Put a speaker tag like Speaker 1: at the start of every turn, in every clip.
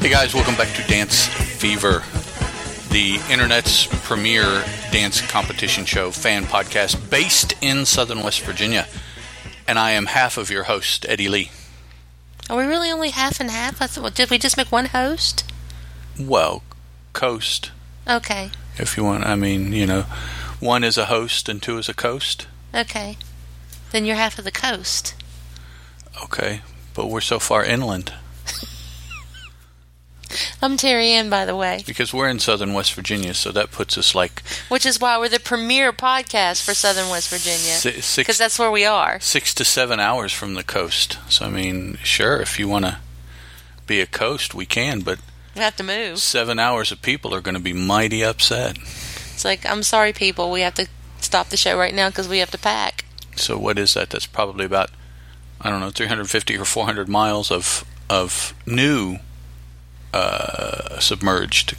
Speaker 1: Hey guys, welcome back to Dance Fever, the internet's premier dance competition show fan podcast based in southern West Virginia. And I am half of your host, Eddie Lee.
Speaker 2: Are we really only half and half? I thought, well, did we just make one host?
Speaker 1: Well, coast,
Speaker 2: Okay,
Speaker 1: if you want. I mean, you know, one is a host and two is a coast.
Speaker 2: okay. Then you're half of the coast.
Speaker 1: Okay, but we're so far inland
Speaker 2: I'm Terry Ann, by the way,
Speaker 1: because we're in southern West Virginia, so that puts us like
Speaker 2: which is why we're the premier podcast for Southern West Virginia,
Speaker 1: si-
Speaker 2: because
Speaker 1: six,
Speaker 2: that's where we are.
Speaker 1: six to seven hours from the coast. So, I mean, sure, if you want to be a coast, we can, but
Speaker 2: We have to move.
Speaker 1: seven hours of people are going to be mighty upset.
Speaker 2: It's like, I'm sorry, people, we have to stop the show right now because we have to pack.
Speaker 1: So what is that? That's probably about I don't know, 350 or 400 miles of of new uh, submerged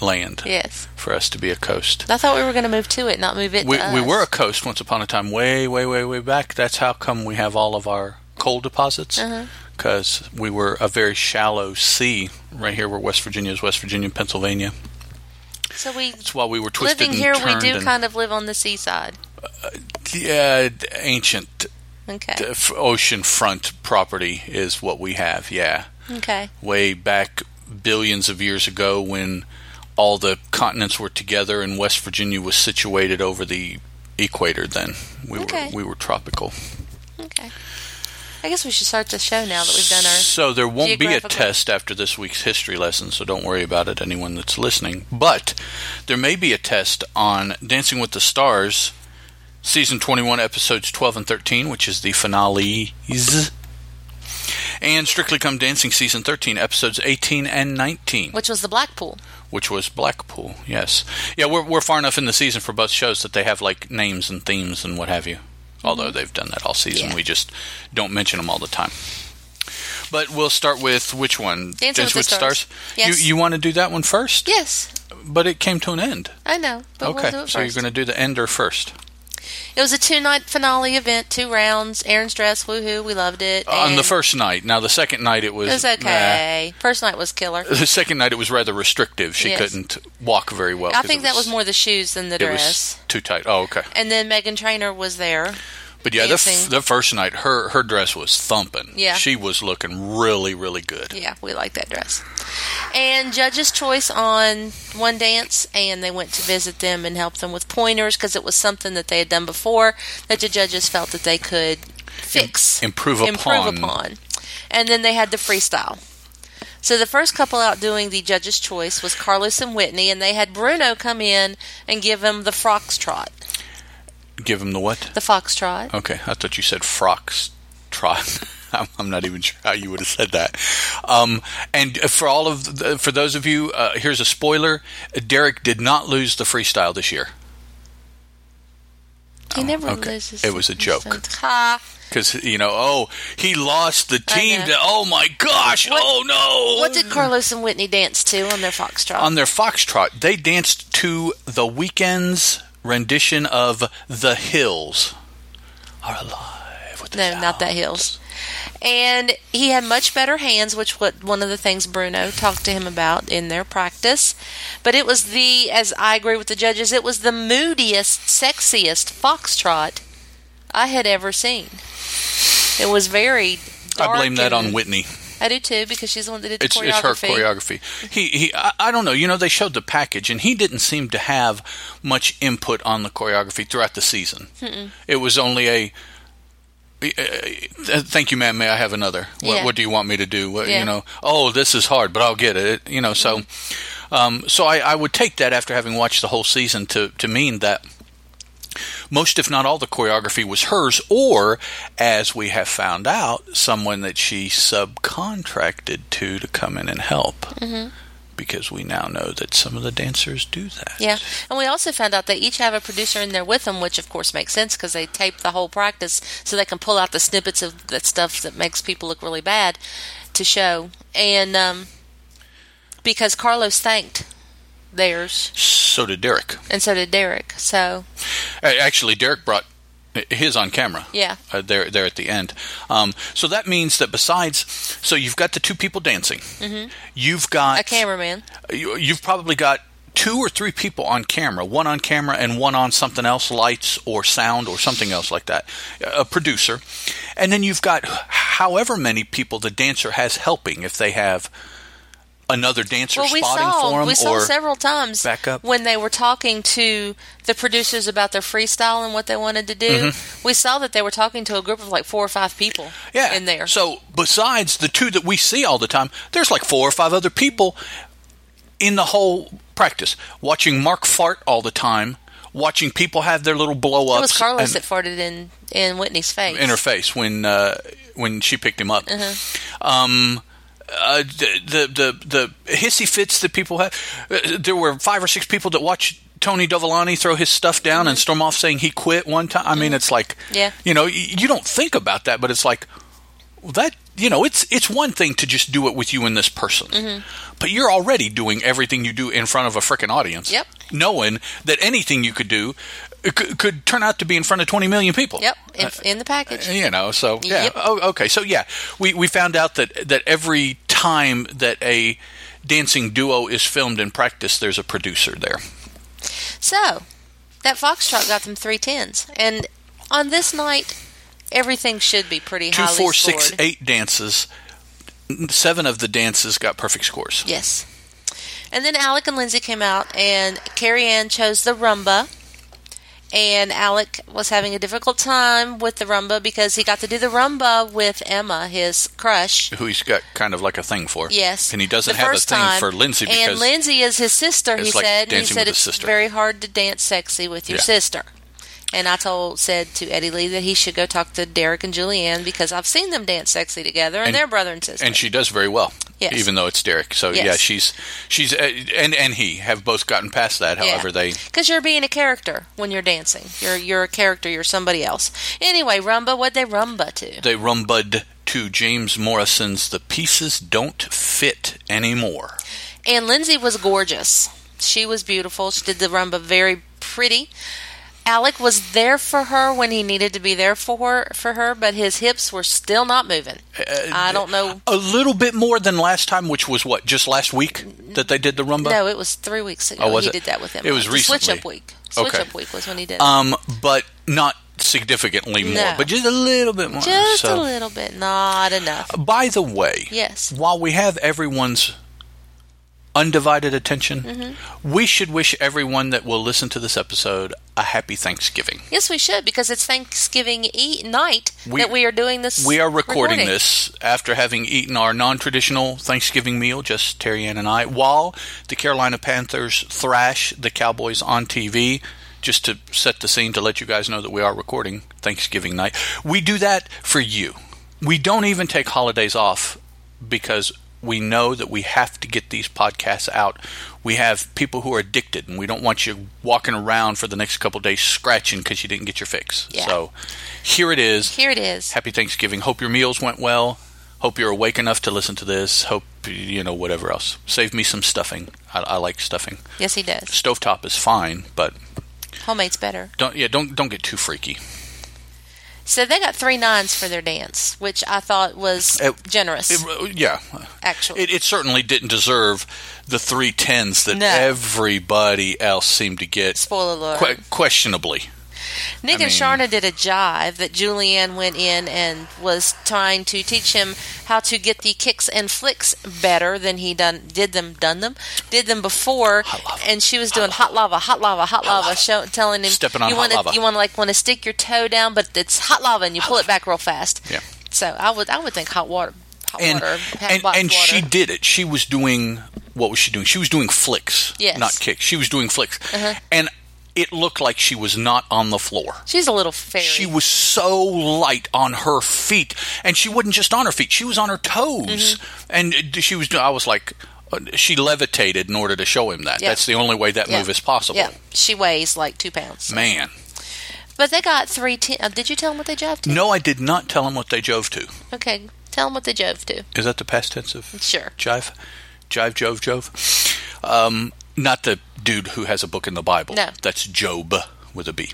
Speaker 1: land
Speaker 2: Yes.
Speaker 1: for us to be a coast.
Speaker 2: I thought we were going to move to it, not move it.
Speaker 1: We
Speaker 2: to
Speaker 1: we
Speaker 2: us.
Speaker 1: were a coast once upon a time, way way way way back. That's how come we have all of our coal deposits.
Speaker 2: Uh-huh.
Speaker 1: Because we were a very shallow sea right here, where West Virginia is, West Virginia, and Pennsylvania.
Speaker 2: So we.
Speaker 1: That's why we were twisted
Speaker 2: Living
Speaker 1: and
Speaker 2: here, we
Speaker 1: turned
Speaker 2: do
Speaker 1: and-
Speaker 2: kind of live on the seaside.
Speaker 1: yeah, ancient
Speaker 2: Okay.
Speaker 1: The f- ocean front property is what we have, yeah.
Speaker 2: Okay.
Speaker 1: Way back billions of years ago when all the continents were together and West Virginia was situated over the equator then. We
Speaker 2: Okay.
Speaker 1: were we were tropical.
Speaker 2: Okay. I guess we should start the show now that we've done our.
Speaker 1: So there won't be a
Speaker 2: geographical-
Speaker 1: test after this week's history lesson, so don't worry about it anyone that's listening. But there may be a test on Dancing with the Stars season 21 episodes 12 and 13, which is the finales. And Strictly Come Dancing season 13 episodes 18 and 19
Speaker 2: Which was the Blackpool.
Speaker 1: which was Blackpool. Yes, yeah, we're we're far enough in the season for both shows that they have like names and themes and what have you. Although they've done that all season,
Speaker 2: Yeah.
Speaker 1: we just don't mention them all the time. But we'll start with which one?
Speaker 2: Dancing with the Stars. Yes.
Speaker 1: You you want to do that one first?
Speaker 2: Yes,
Speaker 1: But it came to an end.
Speaker 2: I know. But
Speaker 1: okay,
Speaker 2: we'll do it
Speaker 1: so you you're
Speaker 2: first.
Speaker 1: going to do the ender first
Speaker 2: It was a two night finale event, two rounds. Aaron's dress, woohoo, we loved it.
Speaker 1: Uh, on the
Speaker 2: and
Speaker 1: first night. Now the second night it was
Speaker 2: it was okay. First night was killer.
Speaker 1: nah. The second night it was rather restrictive. She
Speaker 2: Yes.
Speaker 1: couldn't walk very well.
Speaker 2: I
Speaker 1: 'cause
Speaker 2: think
Speaker 1: it
Speaker 2: that was more the shoes than the
Speaker 1: It
Speaker 2: dress.
Speaker 1: was too tight. Oh, okay.
Speaker 2: And then Megan Trainer was there.
Speaker 1: But yeah, the, f-
Speaker 2: dancing.
Speaker 1: the first night, her her dress was thumping.
Speaker 2: Yeah.
Speaker 1: she was looking really, really good.
Speaker 2: Yeah, we like that dress. And judges' choice on one dance, and they went to visit them and help them with pointers because it was something that they had done before that the judges felt that they could fix.
Speaker 1: Improve upon.
Speaker 2: improve upon. And then they had the freestyle. So the first couple out doing the judge's choice was Carlos and Whitney, and they had Bruno come in and give him the foxtrot.
Speaker 1: Give him the what?
Speaker 2: The foxtrot.
Speaker 1: Okay, I thought you said frocks trot. I'm- I'm not even sure how you would have said that. Um, and for all of the, for those of you, uh, here's a spoiler: Derek did not lose the freestyle this year
Speaker 2: He never
Speaker 1: Oh, okay.
Speaker 2: loses.
Speaker 1: It was a joke.
Speaker 2: Ha.
Speaker 1: because you know, oh, he lost the
Speaker 2: I
Speaker 1: team
Speaker 2: know.
Speaker 1: to. Oh my gosh!
Speaker 2: What-
Speaker 1: oh no!
Speaker 2: What did Carlos and Whitney dance to on their foxtrot?
Speaker 1: on their foxtrot? They danced to the weekend's rendition of "The Hills." Are alive with the
Speaker 2: no, not that
Speaker 1: sound.
Speaker 2: hills. And he had much better hands, which was one of the things Bruno talked to him about in their practice. But it was the, as I agree with the judges, it was the moodiest, sexiest foxtrot I had ever seen. It was very. Dark
Speaker 1: I blame that
Speaker 2: and-
Speaker 1: on Whitney.
Speaker 2: I do too, because she's the one that did the
Speaker 1: It's
Speaker 2: choreography.
Speaker 1: it's her choreography. He he. I, I don't know. You know, they showed the package, and he didn't seem to have much input on the choreography throughout the season. It was only a. uh, Thank you, ma'am. May I have another? What,
Speaker 2: Yeah.
Speaker 1: what do you want me to do? What,
Speaker 2: Yeah.
Speaker 1: You know, oh, this is hard, but I'll get it. You know, so,
Speaker 2: Mm-hmm.
Speaker 1: um, so I, I would take that after having watched the whole season to to mean that most, if not all, the choreography was hers, or, as we have found out, someone that she subcontracted to to come in and help.
Speaker 2: Mm-hmm.
Speaker 1: Because we now know that some of the dancers do that.
Speaker 2: Yeah, and we also found out they each have a producer in there with them, which of course makes sense because they tape the whole practice so they can pull out the snippets of that stuff that makes people look really bad to show. And um, because Carlos thanked theirs,
Speaker 1: So did Derek.
Speaker 2: and so did Derek. So
Speaker 1: A- Actually, Derek brought his on camera.
Speaker 2: Yeah.
Speaker 1: uh, there there at the end. Um, so that means that besides, so you've got the two people dancing. Mm-hmm. You've got
Speaker 2: A cameraman.
Speaker 1: you, you've probably got two or three people on camera, one on camera and one on something else, lights or sound or something else like that, a producer. And then you've got however many people the dancer has helping if they have another dancer
Speaker 2: Well, we
Speaker 1: spotting
Speaker 2: saw
Speaker 1: for them
Speaker 2: we saw
Speaker 1: or
Speaker 2: several times
Speaker 1: back up.
Speaker 2: when they were talking to the producers about their freestyle and what they wanted to do. We saw that they were talking to a group of like four or five people
Speaker 1: Mm-hmm. yeah.
Speaker 2: in there.
Speaker 1: So besides the two that we see all the time, there's like four or five other people in the whole practice watching Mark fart all the time, watching people have their little blow ups.
Speaker 2: it was Carlos that farted in in Whitney's face.
Speaker 1: in her face when uh, when she picked him up.
Speaker 2: Uh-huh.
Speaker 1: Um, uh, the, the the the hissy fits that people have. uh, There were five or six people that watched Tony Dovolani throw his stuff down and storm off saying he quit one time. I mean, it's like
Speaker 2: Mm-hmm. Yeah.
Speaker 1: you know, y- you don't think about that, but it's like well, that you know, it's it's one thing to just do it with you and this person,
Speaker 2: Mm-hmm.
Speaker 1: but you're already doing everything you do in front of a freaking audience.
Speaker 2: Yep.
Speaker 1: knowing that anything you could do. Could, could turn out to be in front of 20 million people. Uh,
Speaker 2: Yep, in, in the package.
Speaker 1: You know, so yeah.
Speaker 2: Yep.
Speaker 1: Oh, okay, so yeah, we we found out that that every time that a dancing duo is filmed in practice, there's a producer there.
Speaker 2: So that Foxtrot got them three tens, and on this night, everything should be pretty
Speaker 1: Two,
Speaker 2: highly
Speaker 1: four,
Speaker 2: scored.
Speaker 1: six, eight dances. Seven of the dances got perfect scores.
Speaker 2: Yes. And then Alec and Lindsay came out, and Carrie Ann chose the rumba. And Alec was having a difficult time with the rumba because he got to do the rumba with Emma, his crush.
Speaker 1: Who he's got kind of like a thing for.
Speaker 2: Yes.
Speaker 1: and he doesn't
Speaker 2: the
Speaker 1: have a
Speaker 2: first
Speaker 1: thing
Speaker 2: time.
Speaker 1: for Lindsay
Speaker 2: and
Speaker 1: because
Speaker 2: Lindsay is his sister. He
Speaker 1: it's like
Speaker 2: said. and He
Speaker 1: dancing
Speaker 2: said
Speaker 1: with a
Speaker 2: it's
Speaker 1: sister.
Speaker 2: very hard to dance sexy with your
Speaker 1: Yeah.
Speaker 2: sister. And I told said to Eddie Lee that he should go talk to Derek and Julianne because I've seen them dance sexy together, and,
Speaker 1: And-
Speaker 2: they're brother and sister.
Speaker 1: and she does very well.
Speaker 2: Yes.
Speaker 1: Even though it's Derek, so
Speaker 2: Yes.
Speaker 1: yeah, she's she's uh, and and he have both gotten past that. However, they
Speaker 2: because you're being a character when you're dancing. You're you're a character. You're somebody else. Anyway, rumba. What they rumba to?
Speaker 1: they rumbud to James Morrison's "The Pieces Don't Fit Anymore."
Speaker 2: And Lindsay was gorgeous. She was beautiful. She did the rumba very pretty. Alec was there for her when he needed to be there for her, for her but his hips were still not moving.
Speaker 1: Uh,
Speaker 2: I don't know.
Speaker 1: A little bit more than last time, which was what just last week that they did the rumba.
Speaker 2: No, it was three weeks ago.
Speaker 1: Oh, was
Speaker 2: he
Speaker 1: it?
Speaker 2: did that with him.
Speaker 1: It was
Speaker 2: The Switch
Speaker 1: recently.
Speaker 2: up week. Switch
Speaker 1: Okay.
Speaker 2: up week was when he did. it.
Speaker 1: Um, but not significantly more,
Speaker 2: No.
Speaker 1: but just a little bit more.
Speaker 2: Just
Speaker 1: So- Um,
Speaker 2: a little bit, not enough.
Speaker 1: By the way,
Speaker 2: Yes.
Speaker 1: while we have everyone's undivided attention,
Speaker 2: Mm-hmm.
Speaker 1: we should wish everyone that will listen to this episode a happy Thanksgiving.
Speaker 2: Yes, we should because it's Thanksgiving e- night
Speaker 1: We-
Speaker 2: that we are doing this.
Speaker 1: We are recording, this after having eaten our non traditional Thanksgiving meal, just Terry Ann and I, while the Carolina Panthers thrash the Cowboys on TV, just to set the scene to let you guys know that we are recording Thanksgiving night. We do that for you. We don't even take holidays off because we know that we have to get these podcasts out. We have people who are addicted, and we don't want you walking around for the next couple days scratching because you didn't get your fix.
Speaker 2: Yeah.
Speaker 1: So here it is.
Speaker 2: Here it is.
Speaker 1: Happy Thanksgiving. Hope your meals went well. Hope you're awake enough to listen to this. Hope, you know, whatever else. Save me some stuffing. I, I like stuffing.
Speaker 2: Yes, he does.
Speaker 1: Stovetop is fine, but
Speaker 2: Homemade's better.
Speaker 1: don't, yeah, don't, don't get too freaky.
Speaker 2: So they got three nines for their dance, which I thought was
Speaker 1: It-
Speaker 2: generous.
Speaker 1: It, yeah.
Speaker 2: actually,
Speaker 1: It, it certainly didn't deserve the three tens that
Speaker 2: No.
Speaker 1: everybody else seemed to get
Speaker 2: spoiler alert.
Speaker 1: que- questionably.
Speaker 2: Nick
Speaker 1: I
Speaker 2: and
Speaker 1: mean-
Speaker 2: Sharna did a jive that Julianne went in and was trying to teach him how to get the kicks and flicks better than he done did them done them did them before.
Speaker 1: Hot lava.
Speaker 2: And she was doing hot lava, hot lava, hot lava, show, telling him
Speaker 1: Stepping on
Speaker 2: you
Speaker 1: hot
Speaker 2: want
Speaker 1: lava.
Speaker 2: to you want to like want to stick your toe down, but it's hot lava and you pull it back real fast.
Speaker 1: Yeah.
Speaker 2: So I would I would think hot water, hot
Speaker 1: And,
Speaker 2: water, hot
Speaker 1: and,
Speaker 2: box
Speaker 1: and she
Speaker 2: water.
Speaker 1: did it. She was doing, what was she doing? She was doing flicks,
Speaker 2: Yes. Uh-huh.
Speaker 1: not kicks. She was doing flicks. And it looked like she was not on the floor.
Speaker 2: She's a little fairy.
Speaker 1: She was so light on her feet, and she wasn't just on her feet; she was on her toes,
Speaker 2: Mm-hmm.
Speaker 1: and uh, she was. I was like, uh, she levitated in order to show him that.
Speaker 2: Yeah.
Speaker 1: That's the only way that
Speaker 2: Yeah.
Speaker 1: move is possible.
Speaker 2: Yeah, she weighs like two pounds.
Speaker 1: Man,
Speaker 2: But they got three ten. Uh, did you tell them what they jived to?
Speaker 1: no, I did not tell him what they jove to.
Speaker 2: Okay, tell them what they jove to.
Speaker 1: Is that the past tense of
Speaker 2: Sure.
Speaker 1: jive? Jive, jove, jove. Um, not the dude who has a book in the Bible.
Speaker 2: No.
Speaker 1: that's Job with a B.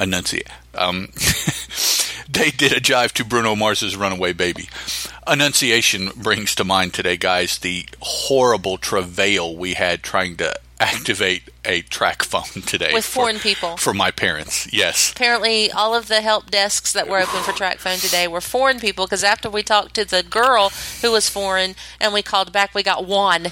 Speaker 1: enunciate. Um, they did a jive to Bruno Mars's Runaway Baby. Annunciation brings to mind today, guys, the horrible travail we had trying to activate a track phone today
Speaker 2: With
Speaker 1: for-
Speaker 2: foreign people.
Speaker 1: for my parents. Yes.
Speaker 2: Apparently, all of the help desks that were open for track phone today were foreign people because after we talked to the girl who was foreign and we called back, we got one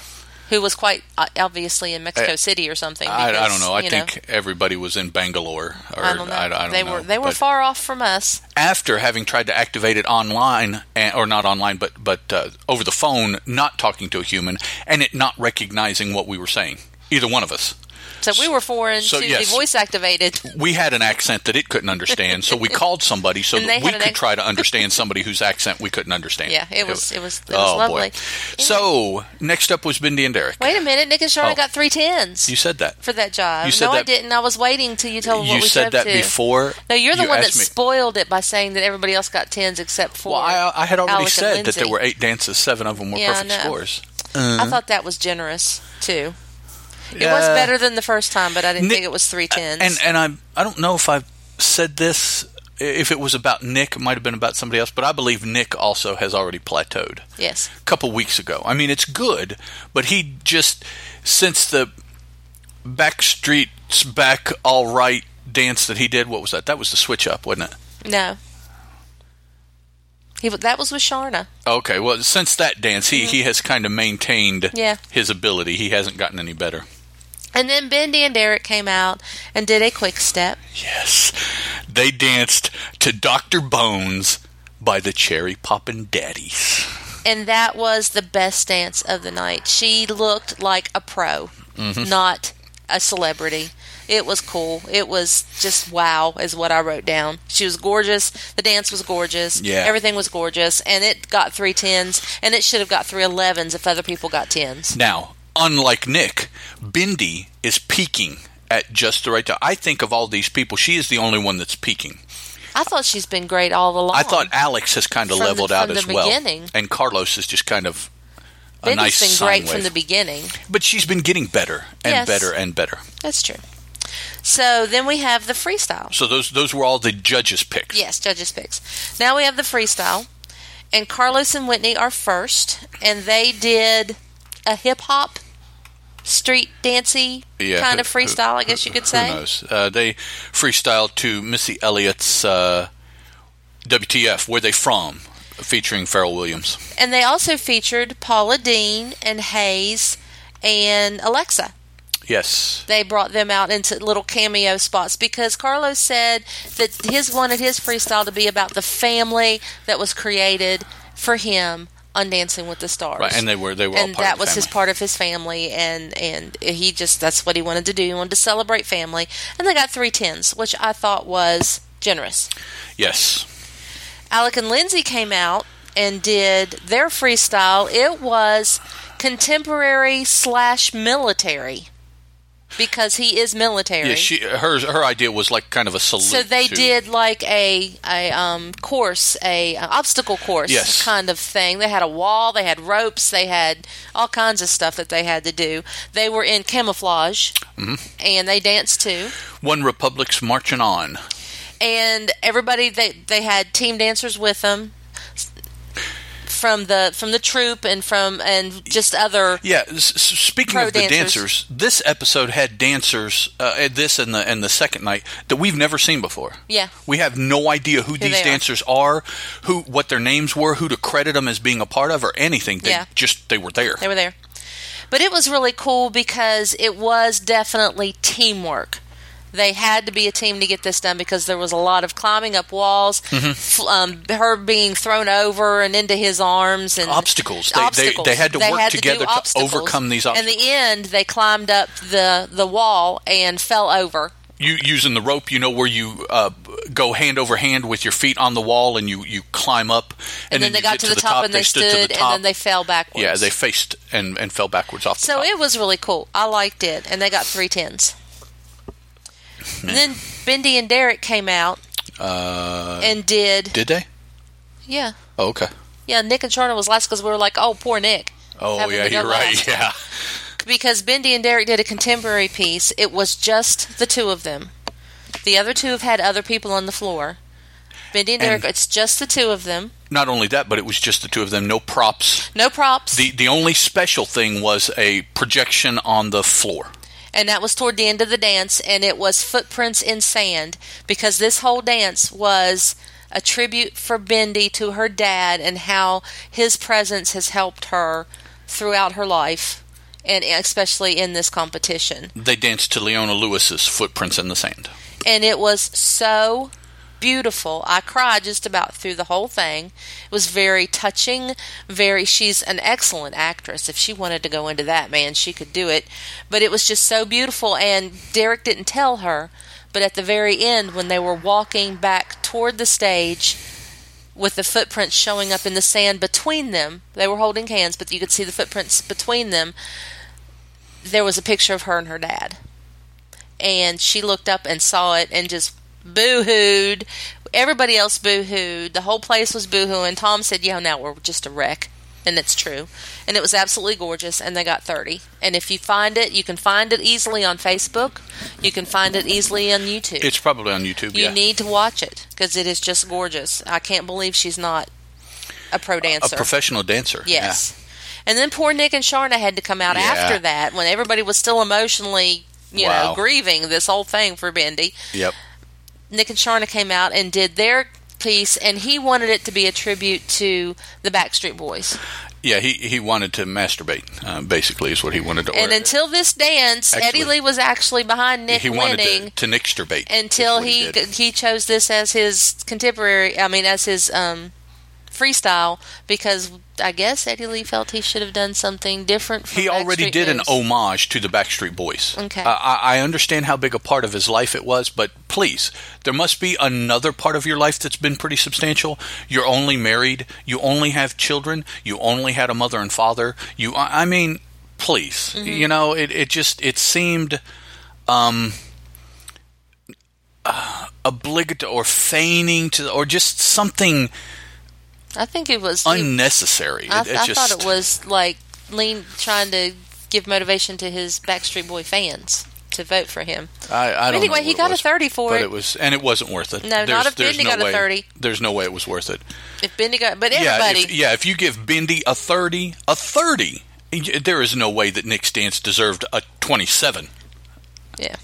Speaker 2: who was quite uh, obviously in Mexico City or something.
Speaker 1: Uh, I, I
Speaker 2: because,
Speaker 1: don't know. I
Speaker 2: you
Speaker 1: think everybody was in Bangalore. Or,
Speaker 2: I don't know.
Speaker 1: I, don't
Speaker 2: they
Speaker 1: know.
Speaker 2: were they were
Speaker 1: But
Speaker 2: far off from us.
Speaker 1: after having tried to activate it online, and, or not online, but but uh, over the phone, not talking to a human, and it not recognizing what we were saying, either one of us.
Speaker 2: So we were foreign
Speaker 1: so,
Speaker 2: to
Speaker 1: yes.
Speaker 2: the voice activated.
Speaker 1: We had an accent that it couldn't understand, so we called somebody so that
Speaker 2: And they
Speaker 1: we
Speaker 2: had
Speaker 1: could
Speaker 2: an ac-
Speaker 1: try to understand somebody whose accent we couldn't understand.
Speaker 2: Yeah, it was it was it was
Speaker 1: oh,
Speaker 2: lovely.
Speaker 1: Boy. So next up was Bindi and Derek.
Speaker 2: Wait a minute, Nick and Shauna
Speaker 1: Oh.
Speaker 2: got three tens
Speaker 1: You said that.
Speaker 2: for that job.
Speaker 1: you said
Speaker 2: no, I
Speaker 1: that-
Speaker 2: didn't. I was waiting till you told me what
Speaker 1: you
Speaker 2: we
Speaker 1: said
Speaker 2: drove
Speaker 1: that
Speaker 2: to.
Speaker 1: before.
Speaker 2: No, you're the
Speaker 1: you
Speaker 2: one that
Speaker 1: asked me-
Speaker 2: spoiled it by saying that everybody else got tens except for.
Speaker 1: Well, I, I had already
Speaker 2: Alec and
Speaker 1: said that there
Speaker 2: Lindsay.
Speaker 1: were eight dances. Seven of them were
Speaker 2: Yeah, I
Speaker 1: perfect
Speaker 2: know.
Speaker 1: scores. Uh-huh.
Speaker 2: I thought that was generous too. It was better than the first time, but I didn't
Speaker 1: Nick-
Speaker 2: think it was three tens.
Speaker 1: And and I I don't know if I said this. If it was about Nick, it might have been about somebody else. But I believe Nick also has already plateaued
Speaker 2: yes,
Speaker 1: a couple weeks ago. I mean, it's good, but he just since the Backstreet's back all right dance that he did. What was that? That was the switch up, wasn't it?
Speaker 2: no. He, that was with Sharna.
Speaker 1: Okay, well, since that dance, he, he has kind of maintained
Speaker 2: Mm-hmm. Yeah.
Speaker 1: his ability. He hasn't gotten any better.
Speaker 2: And then Bendy and Derek came out and did a quick step.
Speaker 1: Yes. They danced to Dr. Bones by the Cherry Poppin' Daddies.
Speaker 2: and that was the best dance of the night. She looked like a pro,
Speaker 1: Mm-hmm.
Speaker 2: not a celebrity. It was cool. It was just wow, is what I wrote down. She was gorgeous. The dance was gorgeous.
Speaker 1: Yeah.
Speaker 2: Everything was gorgeous. And it got three tens, and it should have got three elevens if other people got tens.
Speaker 1: Now, unlike Nick, Bindi is peaking at just the right time. I think of all these people, she is the only one that's peaking.
Speaker 2: I thought she's been great all along.
Speaker 1: I thought Alex has kind of
Speaker 2: Oh. From the-
Speaker 1: leveled
Speaker 2: from
Speaker 1: out
Speaker 2: the
Speaker 1: as well.
Speaker 2: beginning.
Speaker 1: And Carlos is just kind of a
Speaker 2: Bendy's
Speaker 1: nice
Speaker 2: been
Speaker 1: sine
Speaker 2: great
Speaker 1: wave.
Speaker 2: from the beginning.
Speaker 1: but she's been getting better and
Speaker 2: Yes.
Speaker 1: better and better.
Speaker 2: That's true. So then we have the freestyle.
Speaker 1: So those those were all the judges' picks.
Speaker 2: Yes, judges picks. Now we have the freestyle, and Carlos and Whitney are first, and they did a hip hop, street dancey
Speaker 1: Yeah,
Speaker 2: kind
Speaker 1: who-
Speaker 2: of freestyle. I guess you could say.
Speaker 1: Who knows? Uh, they freestyle to Missy Elliott's uh, WTF, Where They From, featuring Pharrell Williams.
Speaker 2: And they also featured Paula Dean and Hayes and Alexa.
Speaker 1: Yes.
Speaker 2: They brought them out into little cameo spots because Carlos said that his wanted his freestyle to be about the family that was created for him on Dancing with the Stars.
Speaker 1: Right, and they were they were all
Speaker 2: and
Speaker 1: part
Speaker 2: that
Speaker 1: of the
Speaker 2: was his
Speaker 1: family.
Speaker 2: part of his family and and he just that's what he wanted to do he wanted to celebrate family and they got three tens which i thought was generous
Speaker 1: Yes.
Speaker 2: alec and lindsay came out and did their freestyle it was contemporary slash military because he is military
Speaker 1: Yeah, she her her idea was like kind of a salute.
Speaker 2: so they
Speaker 1: to-
Speaker 2: did like a a um, course, a, uh obstacle course
Speaker 1: Yes.
Speaker 2: kind of thing. They had a wall, they had ropes, they had all kinds of stuff that they had to do. They were in camouflage,
Speaker 1: Mm-hmm.
Speaker 2: and they danced too.
Speaker 1: One Republic's marching on.
Speaker 2: And everybody they they had team dancers with them from the from the troop and from and just other
Speaker 1: Yeah. S- s- speaking
Speaker 2: Pro
Speaker 1: of the
Speaker 2: dancers.
Speaker 1: dancers, this episode had dancers. Uh, at this and the and the second night that we've never seen before.
Speaker 2: yeah.
Speaker 1: We have no idea who,
Speaker 2: they
Speaker 1: these
Speaker 2: are.
Speaker 1: dancers are. who what their names were, who to credit them as being a part of, or anything. They
Speaker 2: Yeah.
Speaker 1: just they were there.
Speaker 2: They were there. But it was really cool because it was definitely teamwork. They had to be a team to get this done because there was a lot of climbing up walls,
Speaker 1: Mm-hmm.
Speaker 2: f- um, her being thrown over and into his arms, and
Speaker 1: Obstacles. They- they- they had to work
Speaker 2: do
Speaker 1: together to
Speaker 2: obstacles.
Speaker 1: overcome these
Speaker 2: In the end, they climbed up the the wall and fell over.
Speaker 1: you using the rope, you know, where you uh, go hand over hand with your feet on the wall and you, you climb up.
Speaker 2: And, then,
Speaker 1: you
Speaker 2: they got
Speaker 1: get
Speaker 2: to the, top, and they stood, and then they fell backwards.
Speaker 1: yeah, they faced and, and fell backwards off the
Speaker 2: So
Speaker 1: top.
Speaker 2: it was really cool. I liked it, and they got three tens. And then Bendy and Derek came out
Speaker 1: uh,
Speaker 2: and did,
Speaker 1: did they?
Speaker 2: yeah,
Speaker 1: Oh, okay.
Speaker 2: yeah. Nick and Charna was last because we were like, oh, poor Nick,
Speaker 1: Oh,
Speaker 2: Having
Speaker 1: yeah,
Speaker 2: to go
Speaker 1: you're right.
Speaker 2: last.
Speaker 1: Yeah.
Speaker 2: because Bendy and Derek did a contemporary piece. It was just the two of them. The other two have had other people on the floor. Mindy and,
Speaker 1: And-
Speaker 2: Erica, it's just the two of them.
Speaker 1: Not only that, but it was just the two of them, no props.
Speaker 2: No props.
Speaker 1: The the only special thing was a projection on the floor.
Speaker 2: and that was toward the end of the dance and it was footprints in sand because this whole dance was a tribute for Bendy to her dad and how his presence has helped her throughout her life and especially in this competition
Speaker 1: They danced to Leona Lewis's Footprints in the Sand.
Speaker 2: and it was so beautiful. I cried just about through the whole thing. It was very touching, very she's an excellent actress. If she wanted to go into that, man, she could do it. But it was just so beautiful and Derek didn't tell her, but at the very end when they were walking back toward the stage with the footprints showing up in the sand between them, they were holding hands, but you could see the footprints between them. There was a picture of her and her dad and she looked up and saw it and just boo-hooed. Everybody else boo-hooed. The whole place was boo-hooing. Tom said, "Yeah, now we're just a wreck." And it's true. And it was absolutely gorgeous and they got 30. And if you find it, you can find it easily on Facebook. You can find it easily on YouTube.
Speaker 1: It's probably on YouTube.
Speaker 2: you
Speaker 1: yeah.
Speaker 2: need to watch it cuz it is just gorgeous. I can't believe she's not a pro
Speaker 1: a
Speaker 2: dancer.
Speaker 1: professional dancer.
Speaker 2: Yes. And then poor Nick and Sharna had to come out
Speaker 1: Yeah.
Speaker 2: after that when everybody was still emotionally, you
Speaker 1: Wow.
Speaker 2: know, grieving this whole thing for Bendy.
Speaker 1: Yeah. Yep.
Speaker 2: Nick and Sharna came out and did their piece, and he wanted it to be a tribute to the Backstreet Boys.
Speaker 1: Yeah, he, he wanted to masturbate, uh, basically, is what he wanted to
Speaker 2: and
Speaker 1: or-
Speaker 2: until this dance,
Speaker 1: Actually-
Speaker 2: Eddie Lee was actually behind Nick
Speaker 1: he wanted
Speaker 2: winning
Speaker 1: to, to nixturbate. is
Speaker 2: until
Speaker 1: what
Speaker 2: he
Speaker 1: did.
Speaker 2: he, chose this as his contemporary. I mean, as his um, freestyle because I guess Eddie Lee felt he should have done something different. From
Speaker 1: he already
Speaker 2: Backstreet
Speaker 1: did an
Speaker 2: Boys.
Speaker 1: homage to the Backstreet Boys.
Speaker 2: Okay.
Speaker 1: Uh, I, I understand how big a part of his life it was, but please, there must be another part of your life that's been pretty substantial. You're only married. You only have children. You only had a mother and father. You, I I mean, please,
Speaker 2: Mm-hmm.
Speaker 1: you know, it, it just it seemed. Um, uh, obligatory or feigning to, or just something
Speaker 2: I think it was. he-
Speaker 1: unnecessary.
Speaker 2: I,
Speaker 1: It- it
Speaker 2: I
Speaker 1: just,
Speaker 2: thought it was like Lean trying to give motivation to his Backstreet Boy fans to vote for him.
Speaker 1: I, I don't
Speaker 2: Anyway,
Speaker 1: know
Speaker 2: he
Speaker 1: what it
Speaker 2: got a
Speaker 1: was,
Speaker 2: 30 for
Speaker 1: but
Speaker 2: it.
Speaker 1: it was, and it wasn't worth it.
Speaker 2: No, not
Speaker 1: There's-
Speaker 2: if
Speaker 1: there's
Speaker 2: Bendy
Speaker 1: no
Speaker 2: got a
Speaker 1: way-
Speaker 2: 30.
Speaker 1: There's no way it was worth it.
Speaker 2: If Bendy got, but
Speaker 1: Yeah,
Speaker 2: everybody,
Speaker 1: if, yeah. If you give Bendy a thirty, a thirty, y- there is no way that Nick Stance deserved a twenty-seven.
Speaker 2: yeah,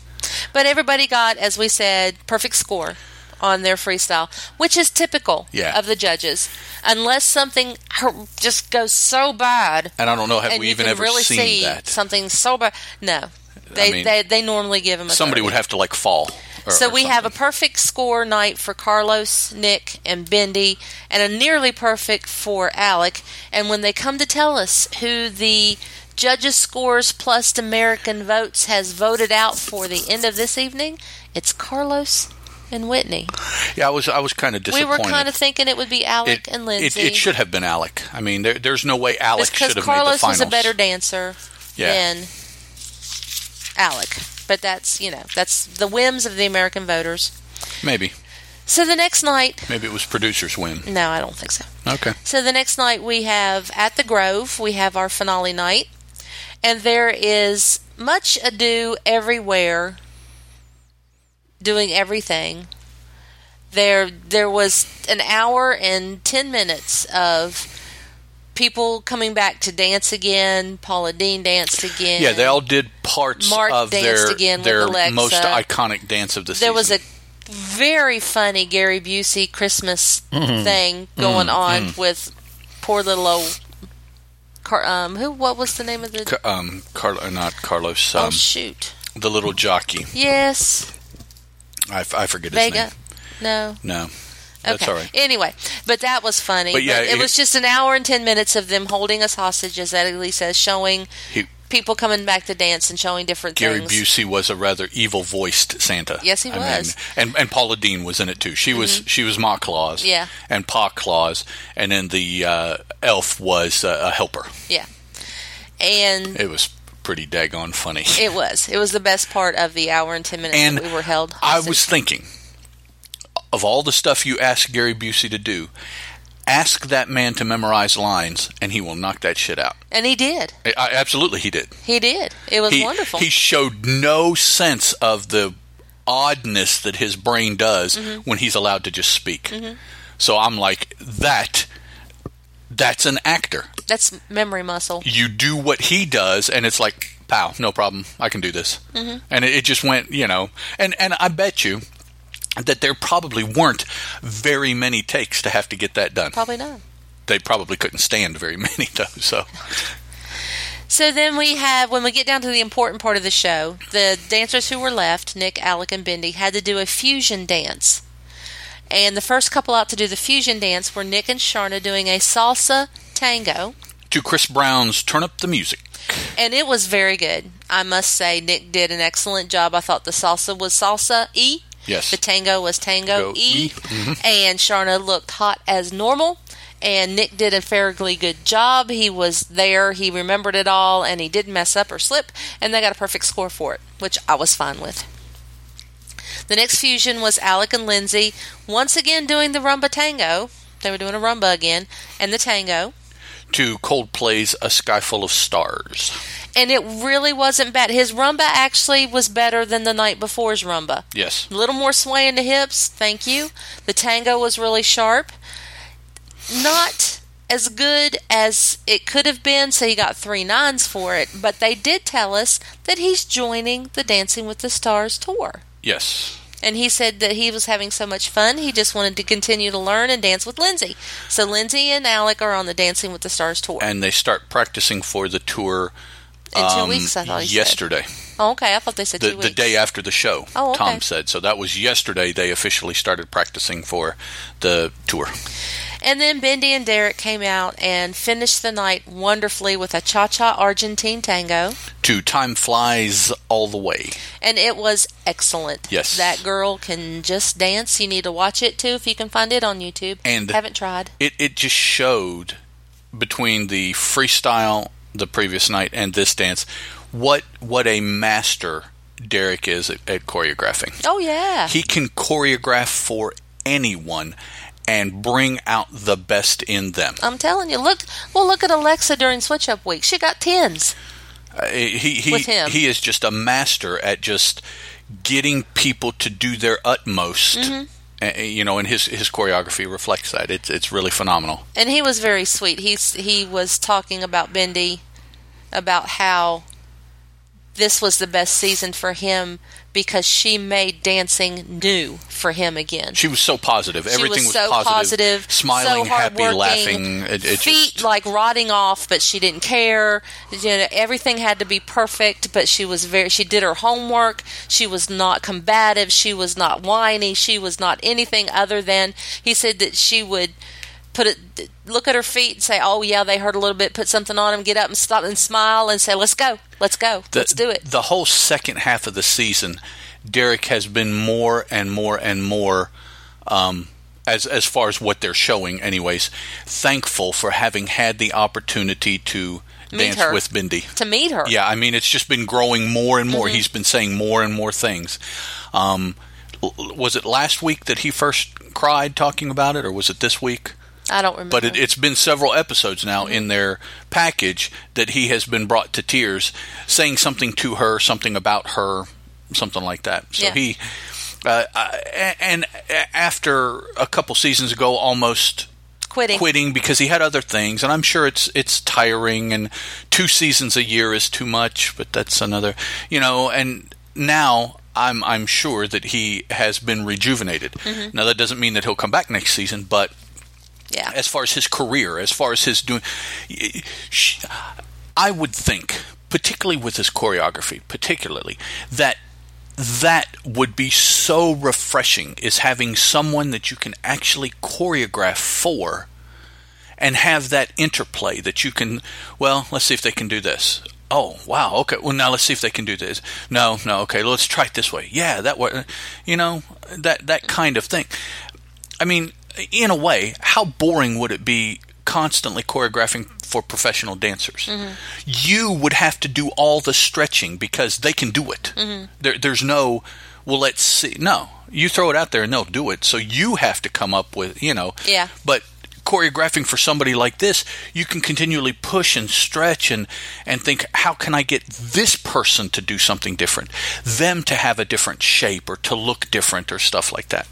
Speaker 2: but everybody got, as we said, perfect score on their freestyle, which is typical
Speaker 1: Yeah.
Speaker 2: of the judges, unless something hur- just goes so bad,
Speaker 1: And I don't know have
Speaker 2: and
Speaker 1: we
Speaker 2: you
Speaker 1: even
Speaker 2: can
Speaker 1: ever
Speaker 2: really
Speaker 1: seen
Speaker 2: see
Speaker 1: that.
Speaker 2: something so bad. No, they,
Speaker 1: mean,
Speaker 2: they they normally give him a
Speaker 1: Somebody
Speaker 2: 30.
Speaker 1: would have to like fall. or-
Speaker 2: So
Speaker 1: or
Speaker 2: we have a
Speaker 1: something.
Speaker 2: perfect score night for Carlos, Nick, and Bendy, and a nearly perfect for Alec. And when they come to tell us who the judges' scores plus American votes has voted out for the end of this evening, it's Carlos and Whitney.
Speaker 1: yeah. I was I was kind of
Speaker 2: We
Speaker 1: disappointed.
Speaker 2: were kind of thinking it would be
Speaker 1: it,
Speaker 2: Alec and
Speaker 1: it,
Speaker 2: Lindsay.
Speaker 1: it should have been Alec. I mean, there, there's no way Alec
Speaker 2: because
Speaker 1: should have made the
Speaker 2: Carlos
Speaker 1: finals.
Speaker 2: is a better dancer
Speaker 1: Yeah.
Speaker 2: than Alec. But that's you know that's the whims of the American voters.
Speaker 1: maybe
Speaker 2: So the next night,
Speaker 1: maybe it was producers win.
Speaker 2: no, I don't think so.
Speaker 1: Okay.
Speaker 2: So the next night we have at the Grove, we have our finale night, and there is much ado everywhere, doing everything. There, there was an hour and ten minutes of people coming back to dance again. Paula Dean danced again.
Speaker 1: Yeah, they all did parts
Speaker 2: Mark
Speaker 1: of
Speaker 2: danced
Speaker 1: their
Speaker 2: again with
Speaker 1: their
Speaker 2: Alexa.
Speaker 1: most iconic dance of the season.
Speaker 2: there was a very funny Gary Busey Christmas
Speaker 1: Mm-hmm.
Speaker 2: thing going on with poor little old. Car- um, who? What was the name of the?
Speaker 1: Ca- um, Carl, uh, not Carlos,
Speaker 2: oh
Speaker 1: um,
Speaker 2: shoot!
Speaker 1: the little jockey.
Speaker 2: Yes,
Speaker 1: I, f- I forget his
Speaker 2: Vega.
Speaker 1: name.
Speaker 2: No,
Speaker 1: No, that's
Speaker 2: okay.
Speaker 1: all right.
Speaker 2: Anyway, but that was funny.
Speaker 1: But yeah,
Speaker 2: it,
Speaker 1: it-
Speaker 2: was just an hour and ten minutes of them holding us hostage, as Eddie Lee says, showing
Speaker 1: He,
Speaker 2: people coming back to dance and showing different
Speaker 1: Gary
Speaker 2: things.
Speaker 1: Busey was a rather evil voiced Santa.
Speaker 2: Yes, he was. Mm-hmm.
Speaker 1: and and Paula Dean was in it too. She was she was Ma Claus.
Speaker 2: Yeah.
Speaker 1: and Pa Claus, and then the uh, elf was uh, a helper.
Speaker 2: Yeah, and
Speaker 1: It was pretty daggone funny.
Speaker 2: it was it was the best part of the hour and ten minutes
Speaker 1: And
Speaker 2: that we were held.
Speaker 1: I
Speaker 2: Hostage.
Speaker 1: was thinking of all the stuff you ask Gary Busey to do. Ask that man to memorize lines, and he will knock that shit out.
Speaker 2: and he did.
Speaker 1: I, I- absolutely, he did.
Speaker 2: He did. It was
Speaker 1: he,
Speaker 2: wonderful.
Speaker 1: he showed no sense of the oddness that his brain does when he's allowed to just speak. So I'm like, that that's an actor.
Speaker 2: That's memory muscle.
Speaker 1: You do what he does, and it's like, pow, no problem, I can do this.
Speaker 2: Mm-hmm.
Speaker 1: And it, it just went, you know, and and I bet you that there probably weren't very many takes to have to get that done.
Speaker 2: Probably not.
Speaker 1: They probably couldn't stand very many though. So
Speaker 2: So then we have, when we get down to the important part of the show, the dancers who were left, Nick, Alec, and Bendy, had to do a fusion dance. And the first couple out to do the fusion dance were Nick and Sharna doing a salsa tango,
Speaker 1: to Chris Brown's "Turn Up the Music."
Speaker 2: and it was very good. I must say, Nick did an excellent job. I thought the salsa was salsa E,
Speaker 1: Yes.
Speaker 2: the tango was tango
Speaker 1: Go
Speaker 2: E,
Speaker 1: E.
Speaker 2: and Sharna looked hot as normal. And Nick did a fairly good job. He was there, he remembered it all, and he didn't mess up or slip. And they got a perfect score for it, which I was fine with. The next fusion was Alec and Lindsay once again doing the rumba tango. They were doing a rumba again, and the tango.
Speaker 1: to Coldplay's "A Sky Full of Stars."
Speaker 2: And it really wasn't bad. His rumba actually was better than the night before's rumba.
Speaker 1: Yes.
Speaker 2: A little more sway in the hips. Thank you. The tango was really sharp. Not as good as it could have been, so he got three nines for it. But they did tell us that he's joining the Dancing with the Stars tour.
Speaker 1: Yes.
Speaker 2: And he said that he was having so much fun, he just wanted to continue to learn and dance with Lindsay. So Lindsay and Alec are on the Dancing with the Stars tour.
Speaker 1: And they start practicing for the tour
Speaker 2: In two
Speaker 1: um,
Speaker 2: weeks, I thought he said.
Speaker 1: yesterday,
Speaker 2: Oh, okay. I thought they said
Speaker 1: the,
Speaker 2: two
Speaker 1: the
Speaker 2: weeks.
Speaker 1: day after the show.
Speaker 2: Oh, okay.
Speaker 1: Tom said so. That was yesterday. They officially started practicing for the tour.
Speaker 2: And then Bendy and Derek came out and finished the night wonderfully with a cha cha Argentine tango.
Speaker 1: To "Time Flies All the Way."
Speaker 2: And it was excellent.
Speaker 1: Yes.
Speaker 2: That girl can just dance. You need to watch it too if you can find it on YouTube.
Speaker 1: And-
Speaker 2: haven't tried.
Speaker 1: it, it just showed between the freestyle the previous night and this dance what what a master Derek is at, at choreographing.
Speaker 2: Oh yeah.
Speaker 1: He can choreograph for anyone and bring out the best in them.
Speaker 2: I'm telling you, look well look at Alexa during switch up week. She got tens.
Speaker 1: Uh, he he
Speaker 2: With him.
Speaker 1: he is just a master at just getting people to do their utmost.
Speaker 2: Mm-hmm.
Speaker 1: Uh, you know, and his his choreography reflects that. It's it's really phenomenal.
Speaker 2: And he was very sweet. He's he was talking about Bendy about how this was the best season for him because she made dancing new for him again.
Speaker 1: She was so positive. Everything
Speaker 2: she was, so positive,
Speaker 1: smiling,
Speaker 2: so
Speaker 1: happy,
Speaker 2: hardworking,
Speaker 1: laughing. It, it
Speaker 2: feet
Speaker 1: just,
Speaker 2: like rotting off, but she didn't care. You know, everything had to be perfect, but she was very. She did her homework. She was not combative. She was not whiny. She was not anything other than. He said that she would put it, look at her feet and say, "Oh yeah, they hurt a little bit." Put something on them, get up and stop and smile and say, "Let's go, let's go,
Speaker 1: the,
Speaker 2: let's do it."
Speaker 1: The whole second half of the season, Derek has been more and more and more, um, as as far as what they're showing, anyways, thankful for having had the opportunity to dance
Speaker 2: her.
Speaker 1: with Bindi.
Speaker 2: to meet her,
Speaker 1: Yeah, I mean, it's just been growing more and more. He's been saying more and more things. Um, l- l- was it last week that he first cried talking about it, or was it this week?
Speaker 2: I don't remember.
Speaker 1: but it, it's been several episodes now in their package that he has been brought to tears, saying something to her, something about her, something like that. So
Speaker 2: Yeah.
Speaker 1: he, uh, uh, and after a couple seasons ago, almost
Speaker 2: quitting.
Speaker 1: quitting because he had other things, and I'm sure it's it's tiring, and two seasons a year is too much, but that's another, you know, and now. I'm I'm sure that he has been rejuvenated. Now that doesn't mean that he'll come back next season, but
Speaker 2: Yeah,
Speaker 1: as far as his career, as far as his doing. sh- I would think, particularly with his choreography, particularly that that would be so refreshing is having someone that you can actually choreograph for and have that interplay that you can well let's see if they can do this oh wow okay well now let's see if they can do this no no okay let's try it this way yeah that way you know that that kind of thing I mean, in a way, how boring would it be constantly choreographing for professional dancers? You would have to do all the stretching because they can do it. There, there's no, well, let's see. No, you throw it out there and they'll do it. So you have to come up with, you know.
Speaker 2: Yeah.
Speaker 1: But choreographing for somebody like this, you can continually push and stretch and and think, how can I get this person to do something different, them to have a different shape or to look different or stuff like that.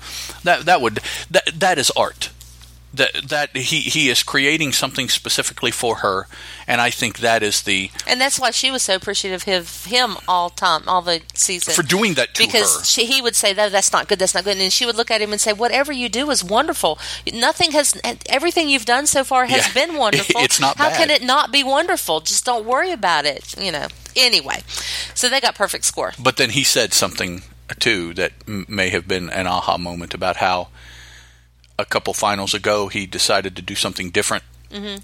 Speaker 1: That that would that that is art. That that he he is creating something specifically for her, and I think that is the
Speaker 2: And that's why she was so appreciative of him all time, all the season.
Speaker 1: for doing that to her.
Speaker 2: because she, he would say, "No, that's not good. That's not good." And then she would look at him and say, "Whatever you do is wonderful. Nothing has, everything you've done so far has
Speaker 1: Yeah.
Speaker 2: been wonderful.
Speaker 1: It's not
Speaker 2: How
Speaker 1: bad."
Speaker 2: can it not be wonderful? Just don't worry about it." You know. Anyway, so they got perfect score.
Speaker 1: But then he said something too that m- may have been an aha moment about how a couple finals ago he decided to do something different